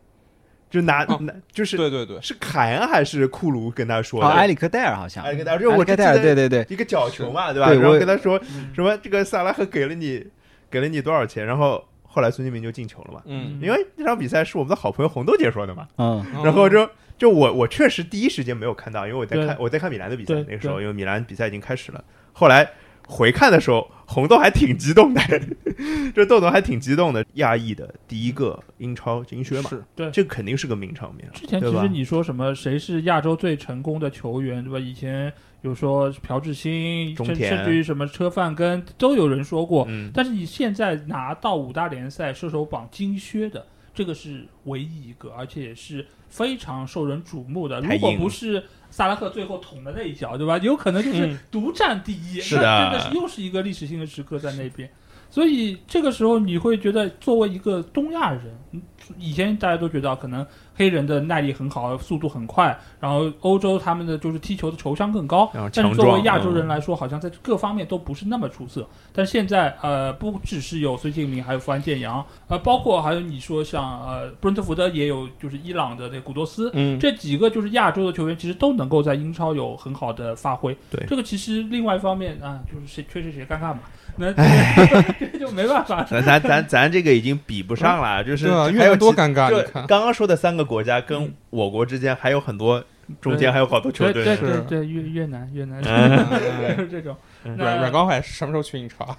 S3: 就拿、
S5: 哦
S3: 拿就是
S5: 对对对，
S3: 是凯恩还是库卢跟他说的？
S4: 啊，埃里克戴尔好像，
S3: 埃里克戴尔，就是我
S4: 克
S3: 只记
S4: 戴尔，
S3: 得
S4: 对对对，
S3: 一个角球嘛，对吧？
S4: 对
S3: 然后
S4: 我
S3: 跟他说
S2: 嗯
S3: 什么这个萨拉赫给了你给了你多少钱，然后后来孙兴民就进球了嘛，
S5: 嗯，
S3: 因为这场比赛是我们的好朋友红豆解说的嘛，
S4: 嗯，
S2: 哦
S3: 然后就就我我确实第一时间没有看到，因为我在
S2: 对
S3: 看我在看米兰的比赛
S2: 对，
S3: 那个时候
S2: 对
S3: 因为米兰比赛已经开始了，后来回看的时候，红豆还挺激动的， 这豆豆还挺激动的。亚裔的第一个英超金靴嘛，
S5: 是
S2: 对
S3: 这肯定是个名场面啊。
S2: 之前
S3: 对
S2: 其
S3: 吧
S2: 实你说什么谁是亚洲最成功的球员，对吧？以前有说朴智星，
S3: 中
S2: 甚
S3: 田
S2: 甚至于什么车范根都有人说过。
S3: 嗯，
S2: 但是你现在拿到五大联赛射手榜金靴的，这个是唯一一个，而且也是非常受人瞩目的。
S3: 太
S2: 如果
S3: 硬
S2: 不
S3: 了
S2: 是萨拉赫最后捅的那一脚，对吧？有可能就是
S5: 嗯
S2: 独占第一，
S3: 是
S2: 那
S3: 的
S2: 真的是又是一个历史性的时刻在那边。所以这个时候你会觉得，作为一个东亚人，嗯以前大家都觉得可能黑人的耐力很好，速度很快，然后欧洲他们的就是踢球的球商更高，
S3: 然后
S2: 但
S3: 强
S2: 是作
S3: 壮
S2: 为亚洲人
S3: 嗯
S2: 来说，好像在各方面都不是那么出色。但现在呃，不只是有孙兴民，还有福安建阳，呃，包括还有你说像呃布伦特福德也有，就是伊朗的那个古多斯。
S3: 嗯，
S2: 这几个就是亚洲的球员，其实都能够在英超有很好的发挥。
S3: 对
S2: 这个其实另外一方面啊，就是谁缺谁谁尴尬嘛，那
S3: 哎
S2: 这就没办法。
S3: 嗯咱咱咱咱这个已经比不上
S2: 嗯
S3: 了，就是
S5: 对啊，
S3: 还
S5: 越
S3: 有
S5: 来多
S3: 其
S5: 尴尬，
S3: 就
S5: 你看。
S3: 刚刚说的三个国家跟我国之间还有很多，中间还有好多球
S2: 嗯对
S3: 队
S2: 对
S5: 是
S2: 对对，越越南越南
S3: 嗯
S2: 就是 这种。
S3: 嗯
S2: 那
S5: 阮阮高海什么时候去英超？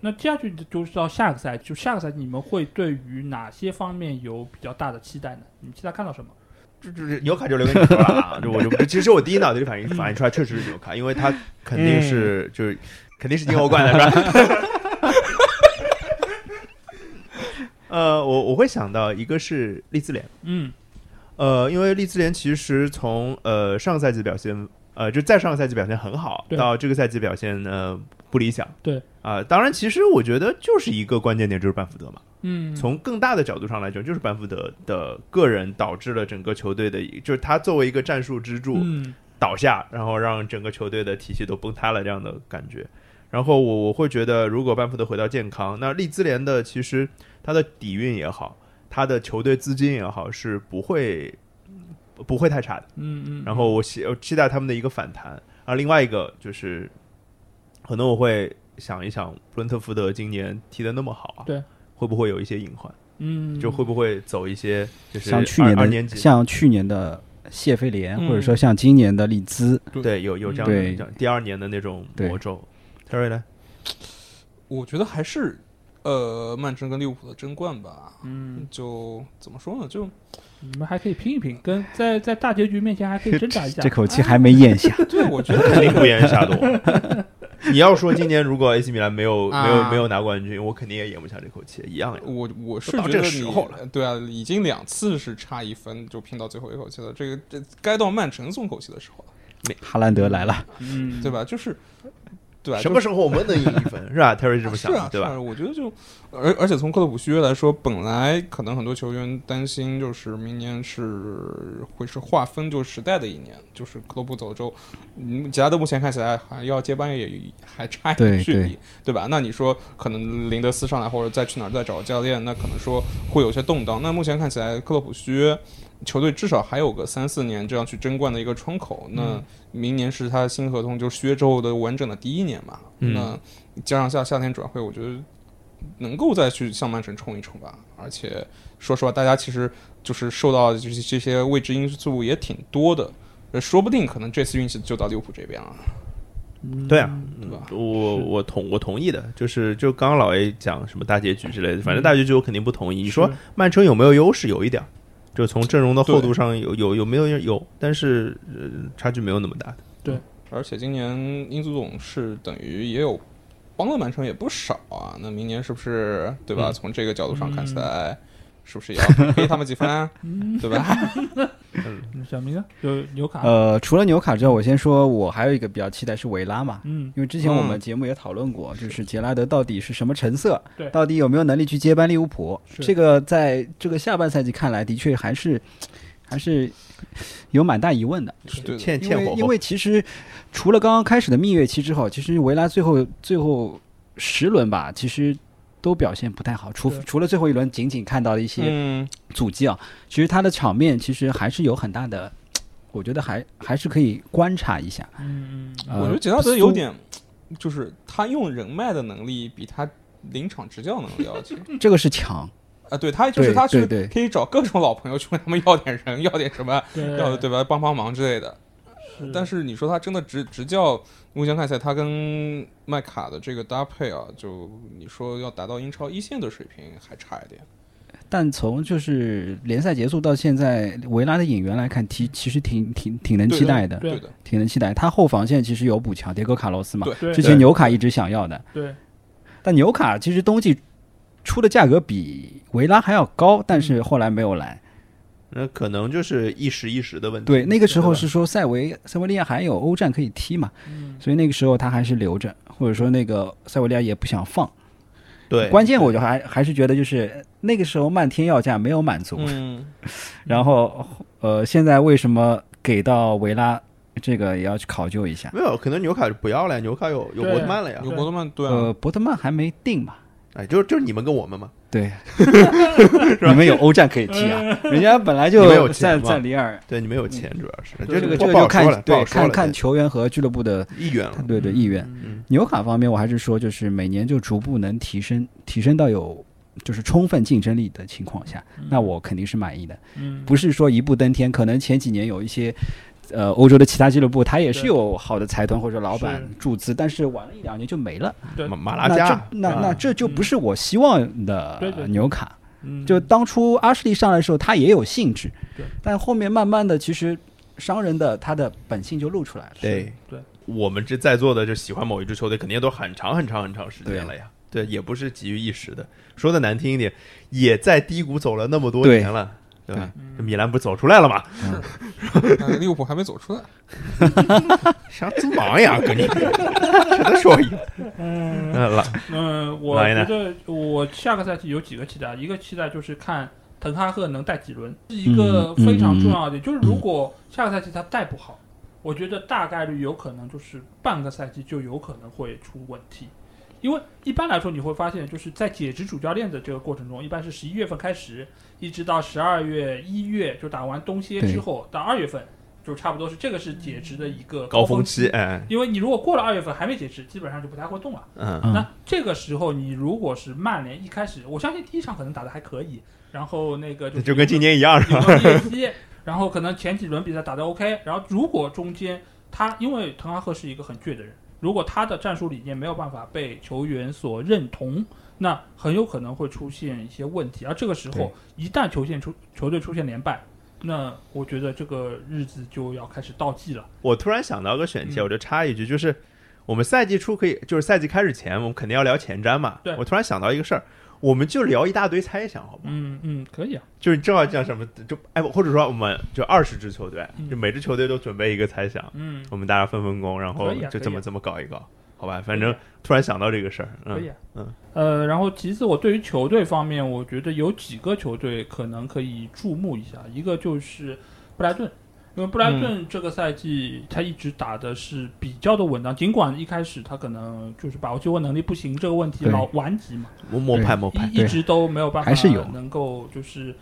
S2: 那接下去就是到下个赛季，就下个赛季你们会对于哪些方面有比较大的期待呢？你们期待看到什么？
S3: 这这这纽卡就留给你说了啊！ 就我就其实我第一脑子就反应反应出来，确实是纽卡，因为他肯定
S2: 嗯
S3: 是、就是肯定是进欧冠的是吧？ 呃，我我会想到一个是利兹联，
S2: 嗯，
S3: 呃，因为利兹联其实从呃上赛季表现，呃，就再上个赛季表现很好，
S2: 对
S3: 到这个赛季表现呃不理想，
S2: 对
S3: 啊、当然其实我觉得就是一个关键点就是班福德嘛，
S2: 嗯，
S3: 从更大的角度上来讲，就是班福德的个人导致了整个球队的，就是他作为一个战术支柱
S2: 嗯
S3: 倒下，然后让整个球队的体系都崩塌了这样的感觉。然后我我会觉得，如果班福德回到健康，那利兹联的其实他的底蕴也好，他的球队资金也好，是不会不会太差的。
S2: 嗯嗯，
S3: 然后我期我期待他们的一个反弹。啊，另外一个就是，可能我会想一想，布伦特福德今年踢得那么好啊，
S2: 对，
S3: 会不会有一些隐患？
S2: 嗯
S3: 就会不会走一些就是
S4: 像去
S3: 二
S4: 年
S3: 二年
S4: 的
S3: 级
S4: 像去年的谢菲联，
S5: 嗯
S4: 或者说像今年的利兹，
S3: 对有有这样的
S4: 对
S3: 这样第二年的那种
S4: 对
S3: 魔咒。Terry 呢？
S5: 我觉得还是呃，曼城跟利物浦的争冠吧。
S2: 嗯，
S5: 就怎么说呢？就
S2: 你们还可以拼一拼，跟在在大结局面前还可以挣扎一下。
S4: 这口气
S3: 啊
S4: 还没咽下。
S5: 对我觉
S3: 肯
S5: 得
S3: 定不言下多。 你要说今年如果 AC 米兰没有没有
S5: 啊
S3: 没有拿冠军，我肯定也咽不下这口气，一样呀。
S5: 我我是
S3: 都到
S5: 觉
S3: 这
S5: 得
S3: 个
S5: 你
S3: 时候了
S5: 对啊，已经两次是差一分就拼到最后一口气了。这个这该到曼城松口气的时候了，
S4: 哈兰德来了，
S2: 嗯，
S5: 对？吧？就是对吧？
S3: 什
S5: 就
S3: 么时候我们能赢一分是吧？Terry 这么想
S5: 是
S3: 的
S5: 啊，
S3: 对
S5: 是
S3: 吧？
S5: 啊，我觉得就，而而且从克洛普续约来说，本来可能很多球员担心，就是明年是会是划分就时代的一年，就是克洛普走之后，嗯，杰拉德目前看起来还要接班也还差一
S4: 对
S5: 点距离，
S4: 对
S5: 吧？那你说可能林德斯上来，或者再去哪儿再找教练，那可能说会有些动荡。那目前看起来，克洛普续约。球队至少还有个三四年这样去争冠的一个窗口，那
S3: 嗯
S5: 明年是他新合同就续约之后的完整的第一年嘛？
S3: 嗯
S5: 那加上夏夏天转会，我觉得能够再去向曼城冲一冲吧。而且说实话，大家其实就是受到就是这些未知因素也挺多的，呃说不定可能这次运气就到利物浦这边了。
S2: 嗯
S3: 对啊，
S5: 对吧
S3: 我我同我同意的，就是就刚刚老 A 讲什么大结局之类的，
S5: 嗯
S3: 反正大结局我肯定不同意。你说曼城有没有优势？有一点儿，就从阵容的厚度上有有有没有有，但是呃差距没有那么大的。
S5: 而且今年英足总是等于也有帮了曼城也不少啊。那明年是不是对吧？
S3: 嗯
S5: 从这个角度上看
S2: 嗯
S5: 起来，是不是也要黑他们几分啊？对吧？
S2: 小明呢？就纽
S3: 啊
S2: 卡。
S4: 呃，除了纽卡之外，我先说，我还有一个比较期待是维拉嘛，
S2: 嗯
S4: 因为之前我们节目也讨论过，就是杰拉德到底是什么成色
S2: 对，
S4: 到底有没有能力去接班利物浦？
S2: 是
S4: 这个在这个下半赛季看来，的确还是还是有蛮大疑问的。
S5: 是对的。
S3: 欠
S4: 因
S3: 欠
S4: 为
S3: 火
S4: 因
S3: 候
S4: 为其实除了刚刚开始的蜜月期之后，其实维拉最后最后十轮吧，其实都表现不太好，除
S2: 对
S4: 除了最后一轮仅仅看到的一些
S5: 嗯，
S4: 阻击啊，其实他的场面其实还是有很大的，我觉得还还是可以观察一下。
S2: 嗯嗯，
S4: 呃
S5: 我觉得杰拉德有
S4: 苏
S5: 点，就是他用人脉的能力比他临场执教能力要强。
S4: 呃这个是强，
S5: 啊，对他就是
S4: 对
S5: 他去
S4: 对对
S5: 可以找各种老朋友去问他们要点人，要点什么，
S2: 对
S5: 要对吧，帮帮忙之类的。
S2: 是
S5: 但是你说他真的执执教目前看起来，他跟麦卡的这个搭配啊，就你说要达到英超一线的水平还差一点。
S4: 但从就是联赛结束到现在，维拉的引援来看，其其实挺挺挺能期待的，
S5: 对啊的，
S4: 挺能期待。他后防线其实有补强，迭戈卡洛斯嘛，
S5: 对
S2: 对
S4: 之前纽卡一直想要的，
S2: 对
S4: 但纽卡其实冬季出的价格比维拉还要高，但
S3: 嗯
S4: 是后来没有来。
S3: 那可能就是一时一时的问题。
S4: 对，那个时候
S3: 对吧
S4: 是说塞维塞维利亚还有欧战可以踢嘛，
S2: 嗯
S4: 所以那个时候他还是留着，或者说那个塞维利亚也不想放。
S3: 对，
S4: 关键我就还还是觉得就是那个时候漫天要价没有满足，
S5: 嗯，
S4: 然后呃现在为什么给到维拉这个也要去考究一下？
S3: 没有，可能纽卡就不要了呀，纽卡有有
S2: 对
S3: 伯特曼了呀
S5: 有。伯特曼对啊，
S4: 呃，伯特曼还没定嘛。
S3: 哎，就就是你们跟我们嘛，
S4: 对， 你们有欧战可以 踢啊，人家本来
S3: 你们有
S4: 就
S3: 钱
S4: 在
S3: 嘛
S4: 在里尔，
S3: 对，你们有钱主要是，
S2: 对
S4: 嗯这
S3: 这
S4: 个
S3: 不
S4: 这
S3: 不好
S4: 个就
S3: 说了
S4: 看
S3: 不好
S4: 对
S3: 说了
S4: 看看球员和俱乐部的
S3: 意愿了。
S4: 对对意愿。
S2: 嗯
S4: 纽卡方面，我还是说，就是每年就逐步能提升，提升到有就是充分竞争力的情况下，那我肯定是满意的。
S2: 嗯
S4: 不是说一步登天，可能前几年有一些，呃，欧洲的其他俱乐部，它也是
S2: 对
S4: 有好的财团或者老板
S2: 是
S4: 注资，但是晚了一两年就没了。
S2: 对
S3: 马马拉
S4: 那这
S3: 加，
S4: 那
S3: 啊
S4: 那这就不是我希望的
S2: 嗯对对对
S4: 纽卡。
S2: 嗯
S4: 就当初阿什利上来的时候，他也有兴致
S2: 对，
S4: 但后面慢慢的，其实商人的他的本性就露出来了。
S3: 对
S2: 对，
S3: 我们这在座的就喜欢某一支球队，肯定都很长很长很长时间了呀。对，也不是急于一时的。说的难听一点，也在低谷走了那么多
S4: 对
S3: 年了，对吧？这
S2: 嗯
S3: 米兰不是走出来了吗？
S4: 呃
S5: 但利物浦还没走出来。
S3: 啥猪盲呀， 哥你，只能说一个。
S2: 嗯
S3: 嗯了，
S2: 嗯，我
S3: 哪一呢
S2: 觉得我下个赛季有几个期待，一个期待就是看滕哈赫能带几轮，是一个非常重要的点。就是如果下个赛季他带不好，我觉得大概率有可能就是半个赛季就有可能会出问题。因为一般来说，你会发现，就是在解职主教练的这个过程中，一般是十一月份开始，一直到十二月、一月，就打完冬歇之后，到二月份，就差不多是这个是解职的一个
S3: 高
S2: 峰
S3: 峰期，。哎，
S2: 因为你如果过了二月份还没解职，基本上就不太会动了。
S3: 嗯，
S4: 嗯
S2: 那这个时候，你如果是曼联一开始，我相信第一场可能打得还可以，然后那个就
S3: 就跟今年一样是
S2: 有
S3: 吧？
S2: 个 PSG，然后可能前几轮比赛打得 OK，然后如果中间他因为滕哈赫是一个很倔的人，如果他的战术理念没有办法被球员所认同，那很有可能会出现一些问题。而这个时候
S4: 对，
S2: 一旦球线出球队出现连败，那我觉得这个日子就要开始倒计了。
S3: 我突然想到个选题，
S2: 嗯
S3: 我就插一句，就是我们赛季初可以，就是赛季开始前，我们肯定要聊前瞻嘛。
S2: 对
S3: 我突然想到一个事儿，我们就聊一大堆猜想，好吧？
S2: 嗯嗯，可以啊，
S3: 就是正好讲什么，就哎，或者说我们就二十支球队，
S2: 嗯
S3: 就每支球队都准备一个猜想，
S2: 嗯，
S3: 我们大家分分工，然后
S2: 可以啊
S3: 就这
S2: 可以
S3: 么
S2: 啊
S3: 这么搞一搞，好吧？反正突然想到这个事儿，
S2: 可以
S3: 嗯
S2: 啊，
S3: 嗯，
S2: 呃，然后其次，我对于球队方面，我觉得有几个球队可能可以注目一下，一个就是布莱顿，因为布莱
S3: 嗯
S2: 顿这个赛季他一直打的是比较的稳当，尽管一开始他可能就是把握机会能力不行这个问题
S4: 对
S2: 老顽疾嘛，
S3: 我摸
S4: 对
S3: 派摸派，
S2: 一一直都没有办法
S4: 还是有
S2: 能够就是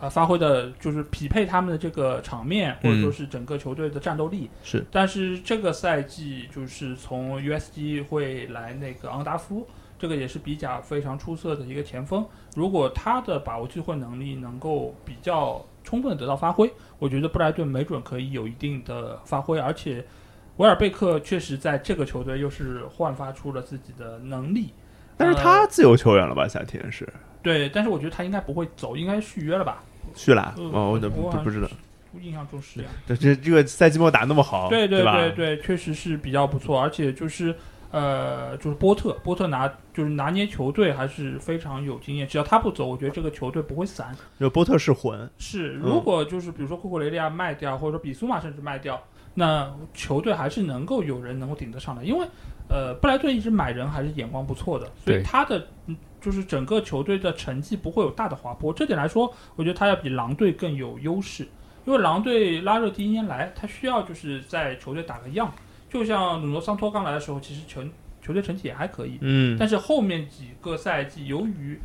S2: 呃发挥的，就是匹配他们的这个场面，或
S3: 嗯
S2: 者说是整个球队的战斗力。
S3: 是，
S2: 但是这个赛季就是从 USD 会来那个昂达夫。这个也是比甲非常出色的一个前锋，如果他的把握机会能力能够比较充分地得到发挥，我觉得布莱顿没准可以有一定的发挥，而且维尔贝克确实在这个球队又是焕发出了自己的能力。
S3: 但是
S2: 呃
S3: 他自由球员了吧？夏天是
S2: 对，但是我觉得他应该不会走，应该续约了吧？
S3: 去了，
S2: 嗯
S3: 哦，我都
S2: 我
S3: 不不知道，
S2: 我印象中是这样。
S3: 这这这个赛季末打那么好，
S2: 对
S3: 哦对
S2: 对
S3: 吧
S2: 对对，确实是比较不错，而且就是呃，就是波特，波特拿就是拿捏球队还是非常有经验。只要他不走，我觉得这个球队不会散。
S3: 就波特是魂，
S2: 是，
S3: 嗯
S2: 如果就是比如说库库雷利亚卖掉，或者说比苏马甚至卖掉，那球队还是能够有人能够顶得上来，因为呃，布莱顿一直买人还是眼光不错的，所以
S4: 对
S2: 他的嗯就是整个球队的成绩不会有大的滑坡。这点来说，我觉得他要比狼队更有优势，因为狼队拉热第一年来，他需要就是在球队打个样，就像鲁诺桑托刚来的时候，其实球球队成绩也还可以，
S3: 嗯，
S2: 但是后面几个赛季，由于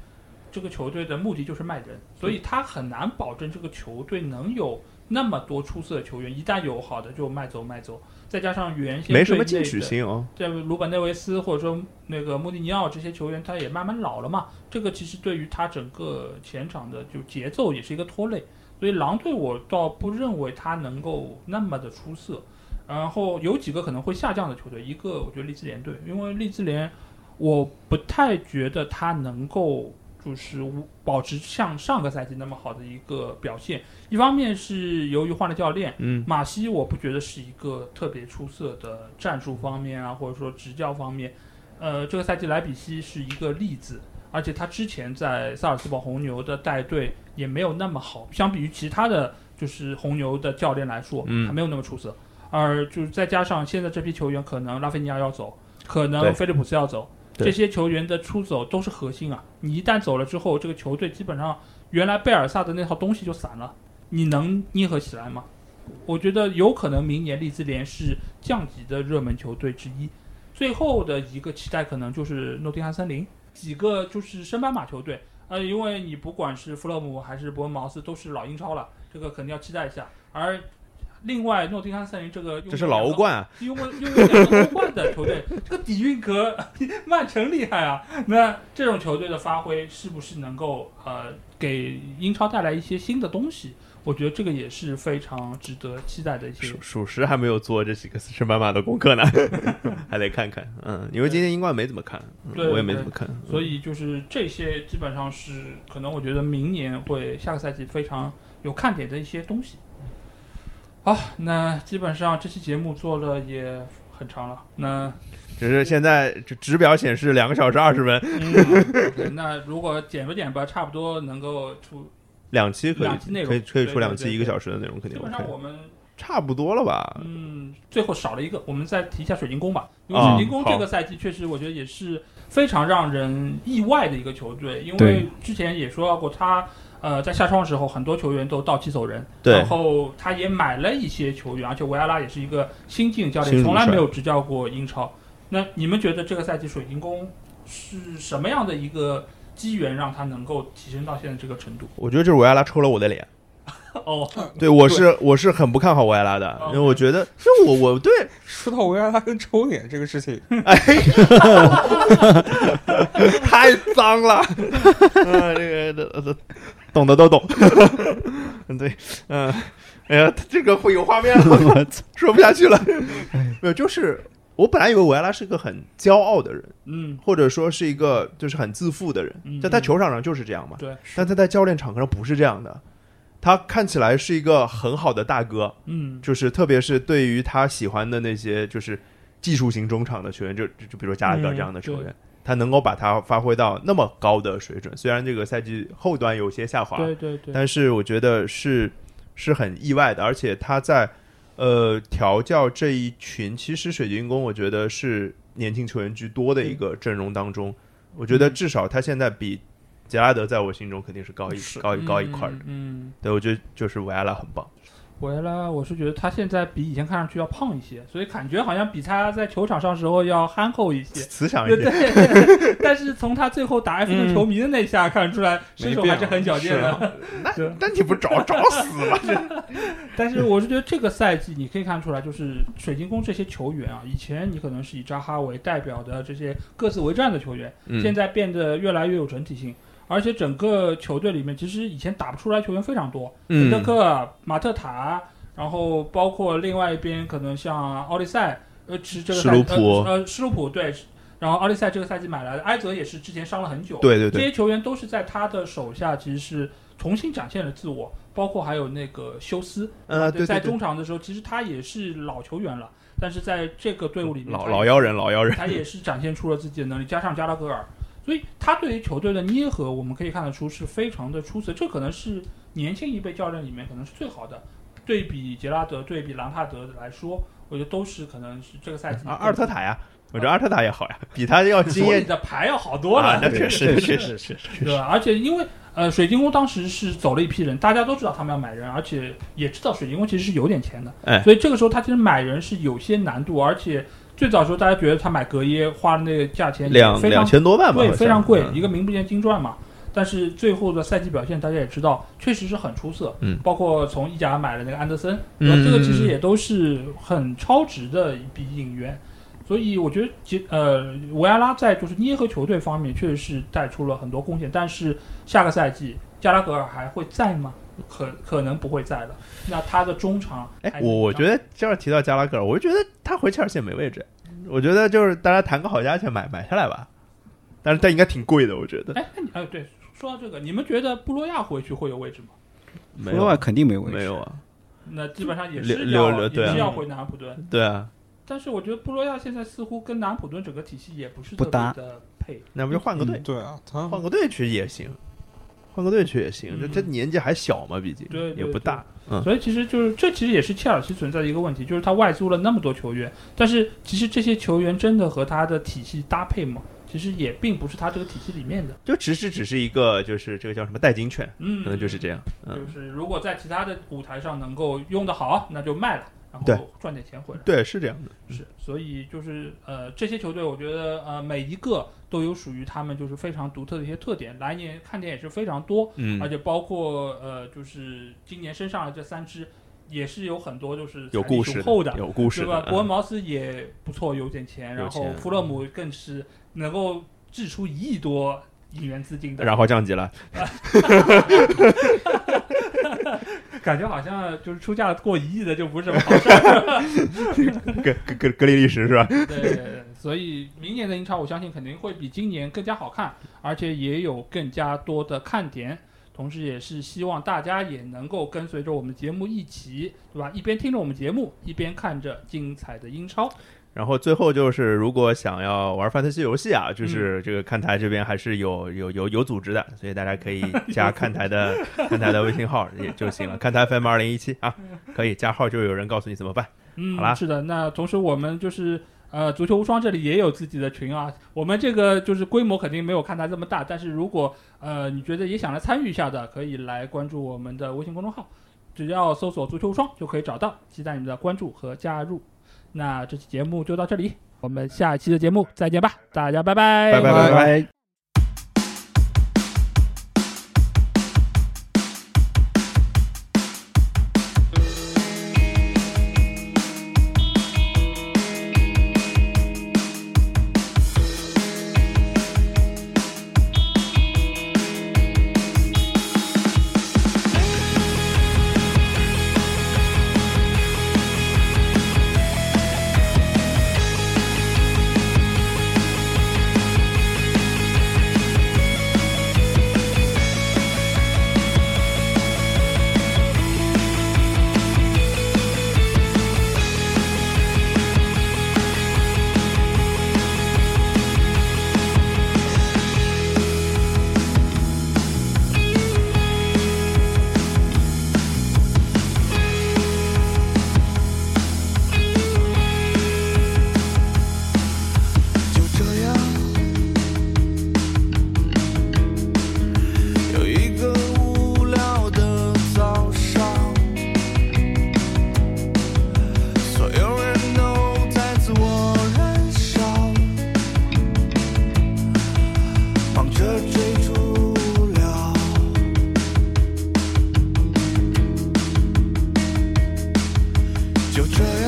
S2: 这个球队的目的就是卖人，所以他很难保证这个球队能有那么多出色的球员。一旦有好的就卖走卖走，再加上原先
S3: 没什么
S2: 队
S3: 进
S2: 内
S3: 取
S2: 的
S3: 心哦，
S2: 对鲁本内维斯或者说那个穆蒂尼奥这些球员，他也慢慢老了嘛，这个其实对于他整个前场的就节奏也是一个拖累，所以狼队我倒不认为他能够那么的出色。然后有几个可能会下降的球队，一个我觉得利兹联队，因为利兹联我不太觉得他能够就是保持像上个赛季那么好的一个表现。一方面是由于换了教练，
S3: 嗯
S2: 马西我不觉得是一个特别出色的战术方面啊，或者说执教方面。呃，这个赛季莱比锡是一个例子，而且他之前在萨尔茨堡红牛的带队也没有那么好，相比于其他的就是红牛的教练来说，
S3: 嗯
S2: 还没有那么出色。而就是再加上现在这批球员，可能拉菲尼亚要走，可
S3: 对
S2: 能菲利普斯要走，
S3: 对
S2: 这些球员的出走都是核心啊。你一旦走了之后，这个球队基本上原来贝尔萨的那套东西就散了，你能捏合起来吗？我觉得有可能明年利兹联是降级的热门球队之一。最后的一个期待可能就是诺丁汉森林，几个就是升班马球队。呃，因为你不管是弗勒姆还是伯恩茅斯都是老英超了，这个肯定要期待一下。而另外，诺丁汉森林这个
S3: 这是老欧
S2: 冠。
S3: 冠啊，
S2: 因为因为两个欧冠的球队，这个底蕴可 曼城厉害啊。那这种球队的发挥是不是能够呃给英超带来一些新的东西？我觉得这个也是非常值得期待的一些
S3: 属。属实还没有做这几个圣斑马的功课呢，还得看看。嗯，因为今天英冠没怎么看，嗯
S2: 对
S3: 我也没怎么看，嗯
S2: 所以就是这些基本上是可能我觉得明年会下个赛季非常有看点的一些东西。好，那基本上这期节目做了也很长了，那。
S3: 只是现在这指表显示两个小时二十分，
S2: 嗯，那如果剪吧剪吧，差不多能够出。
S3: 两期可
S2: 两期内
S3: 以
S2: 容
S3: 可以可
S2: 对
S3: 以出两
S2: 对
S3: 期
S2: 对
S3: 一个小时的内容肯
S2: 基
S3: 定
S2: 本上
S3: OK，
S2: 我们
S3: 差不多了吧？
S2: 嗯，最后少了一个，我们再提一下水晶宫吧。因为
S3: 啊
S2: 水晶宫这个赛季确实，我觉得也是非常让人意外的一个球队，因为
S4: 对
S2: 之前也说到过他。呃，在下窗的时候，很多球员都到期走人，
S3: 对
S2: 然，后他也买了一些球员，而且维埃拉也是一个新晋教
S3: 新
S2: 练，
S3: 入
S2: 从来
S3: 帅
S2: 没有执教过英超。那你们觉得这个赛季水晶宫是什么样的一个机缘，让他能够提升到现在这个程度？
S3: 我觉得就是维埃拉抽了我的脸。
S2: 哦，
S3: 对，我是我是很不看好维埃拉的，因为我觉得，就我我对
S5: 说到维埃拉跟抽脸这个事情，
S3: 哎太脏了，嗯，这个呃懂的都懂， 嗯，对，嗯，哎呀，这个会有画面了，
S4: 我操
S3: 说不下去了，没有，就是我本来以为维埃拉是个很骄傲的人，
S2: 嗯，
S3: 或者说是一个就是很自负的人，
S2: 嗯
S3: 但在球场上就是这样嘛，
S2: 对，
S3: 但他在教练场上不是这样的，他看起来是一个很好的大哥，
S2: 嗯，
S3: 就是特别是对于他喜欢的那些就是技术型中场的球员，就就就比如说加拉德
S2: 嗯
S3: 这样的球员，
S2: 对
S3: 他能够把他发挥到那么高的水准，虽然这个赛季后端有些下滑，
S2: 对对对，
S3: 但是我觉得是是很意外的，而且他在呃调教这一群，其实水晶宫我觉得是年轻球员居多的一个阵容当中，我觉得
S2: 嗯
S3: 至少他现在比杰拉德在我心中肯定是高一
S5: 是
S3: 高一高一块的，
S2: 嗯。嗯，
S3: 对我觉得就是维埃拉很棒。
S2: 维拉，我是觉得他现在比以前看上去要胖一些，所以感觉好像比他在球场上时候要憨厚一些。
S3: 慈祥一
S2: 对
S3: 点，嗯
S2: 对，但是从他最后打 埃弗顿球迷的那一下看出来，身手还是很矫健
S3: 啊
S5: 没变
S2: 的。对
S3: 那你不找找死吗？
S2: 但是我是觉得这个赛季你可以看出来，就是水晶宫这些球员啊，以前你可能是以扎哈为代表的这些各自为战的球员，
S3: 嗯
S2: 现在变得越来越有整体性，而且整个球队里面，其实以前打不出来球员非常多，
S3: 嗯
S2: 本特克、马特塔，然后包括另外一边可能像奥利赛，呃，是这个
S3: 施
S2: 赛
S3: 鲁普
S2: 呃，呃施鲁普对，然后奥利赛这个赛季买来的，埃泽也是之前伤了很久，
S3: 对对
S2: 这
S3: 对，
S2: 些球员都是在他的手下，其实是重新展现了自我，包括还有那个休斯，
S3: 呃，对
S2: 在
S3: 对对，
S2: 中场的时候，其实他也是老球员了，但是在这个队伍里面，
S3: 老
S2: 他
S3: 老妖人，老妖人，
S2: 他也是展现出了自己的能力，加上加拉格尔，所以他对于球队的捏合，我们可以看得出是非常的出色。这可能是年轻一辈教练里面可能是最好的，对比杰拉德、对比兰帕德来说，我觉得都是可能是这个赛季
S3: 啊阿阿尔特塔呀，我觉得阿尔特塔也好呀，比他要经
S2: 所以
S3: 验
S2: 的牌要好 多了，
S3: 啊那
S6: 确实确实确实，
S2: 对吧？而且因为呃，水晶宫当时是走了一批人，大家都知道他们要买人，而且也知道水晶宫其实是有点钱的，
S3: 哎
S2: 所以这个时候他其实买人是有些难度，而且最早的时候大家觉得他买格耶花的那个价钱也
S3: 两
S2: 非常
S3: 两千多万吧，好
S2: 对，
S3: 像
S2: 非常贵，
S3: 嗯
S2: 一个名不见经传嘛。但是最后的赛季表现，大家也知道，确实是很出色。
S3: 嗯
S2: 包括从意甲买了那个安德森，
S3: 嗯
S2: 呃这个其实也都是很超值的一笔引援。所以我觉得杰，其呃，维埃拉在就是捏合球队方面确实是带出了很多贡献。但是下个赛季加拉格尔还会在吗？可可能不会在了。那他的中场还
S3: 哎，
S2: 是
S3: 我我
S2: 比较
S3: 觉得这要提到加拉格尔，我就觉得他回切尔西也没位置。我觉得就是大家谈个好价钱买买下来吧，但是他应该挺贵的，我觉得。
S2: 哎，那你哎对，说到这个，你们觉得布洛亚回去会有位置吗？
S3: 没
S4: 罗
S3: 有
S4: 瓦
S3: 啊
S4: 肯定没位置。
S3: 没有啊，
S2: 那基本上也是
S3: 留
S2: 要
S3: 留对啊
S2: 也是要回南安普顿，
S3: 对啊，
S2: 但是我觉得布洛亚现在似乎跟南安普顿整个体系也不是
S4: 不
S2: 特别
S4: 搭
S2: 的配。
S3: 那不就换个队，
S5: 对啊，他
S3: 换个队去也行，换个队去也行。这
S2: 嗯
S3: 这年纪还小嘛，毕竟
S2: 对对
S3: 也不大。嗯
S2: 所以其实就是这其实也是切尔西存在的一个问题，就是他外租了那么多球员，但是其实这些球员真的和他的体系搭配吗？其实也并不是他这个体系里面的。
S3: 就只是只是一个就是这个叫什么代金券，
S2: 嗯，
S3: 可能就是这样。嗯
S2: 就，是如果在其他的舞台上能够用得好，那就卖了，然
S3: 对
S2: 后赚点钱回来。
S3: 对，是这样的。
S2: 是，所以就是呃，这些球队我觉得呃，每一个都有属于他们就是非常独特的一些特点，来年看点也是非常多，
S3: 嗯
S2: 而且包括呃，就是今年身上的这三支也是有很多就是
S3: 有
S2: 财力
S3: 故
S2: 雄
S3: 事的
S2: 厚的，
S3: 有故事
S2: 对吧？
S3: 的。
S2: 伯恩
S3: 嗯
S2: 茅斯也不错，有点钱，
S3: 有
S2: 然后
S3: 钱嗯
S2: 富勒姆更是能够掷出一亿多引援资金的，
S3: 然后降级了，
S2: 感觉好像就是出价过一亿的就不是什么好事儿。
S3: 格格格格里历史是吧？
S2: 对，所以明年的英超我相信肯定会比今年更加好看，而且也有更加多的看点。同时，也是希望大家也能够跟随着我们节目一起，对吧？一边听着我们节目，一边看着精彩的英超。
S3: 然后最后就是，如果想要玩范特西游戏啊，
S2: 嗯
S3: 就是这个看台这边还是有有有有组织的，所以大家可以加看台的 看台的微信号也就行了，看台 FM 二零一七啊，可以加号就有人告诉你怎么办。
S2: 嗯，
S3: 好啦
S2: 是的。那同时，我们就是呃，足球无双这里也有自己的群啊。我们这个就是规模肯定没有看它这么大，但是如果呃你觉得也想来参与一下的，可以来关注我们的微信公众号，只要搜索“足球无双”就可以找到。期待你们的关注和加入。那这期节目就到这里，我们下期的节目再见吧，大家拜拜，
S3: 拜拜拜拜。
S7: 就这样，有一个无聊的早上，所有人都在自我燃烧，忙着追逐无聊。就这样。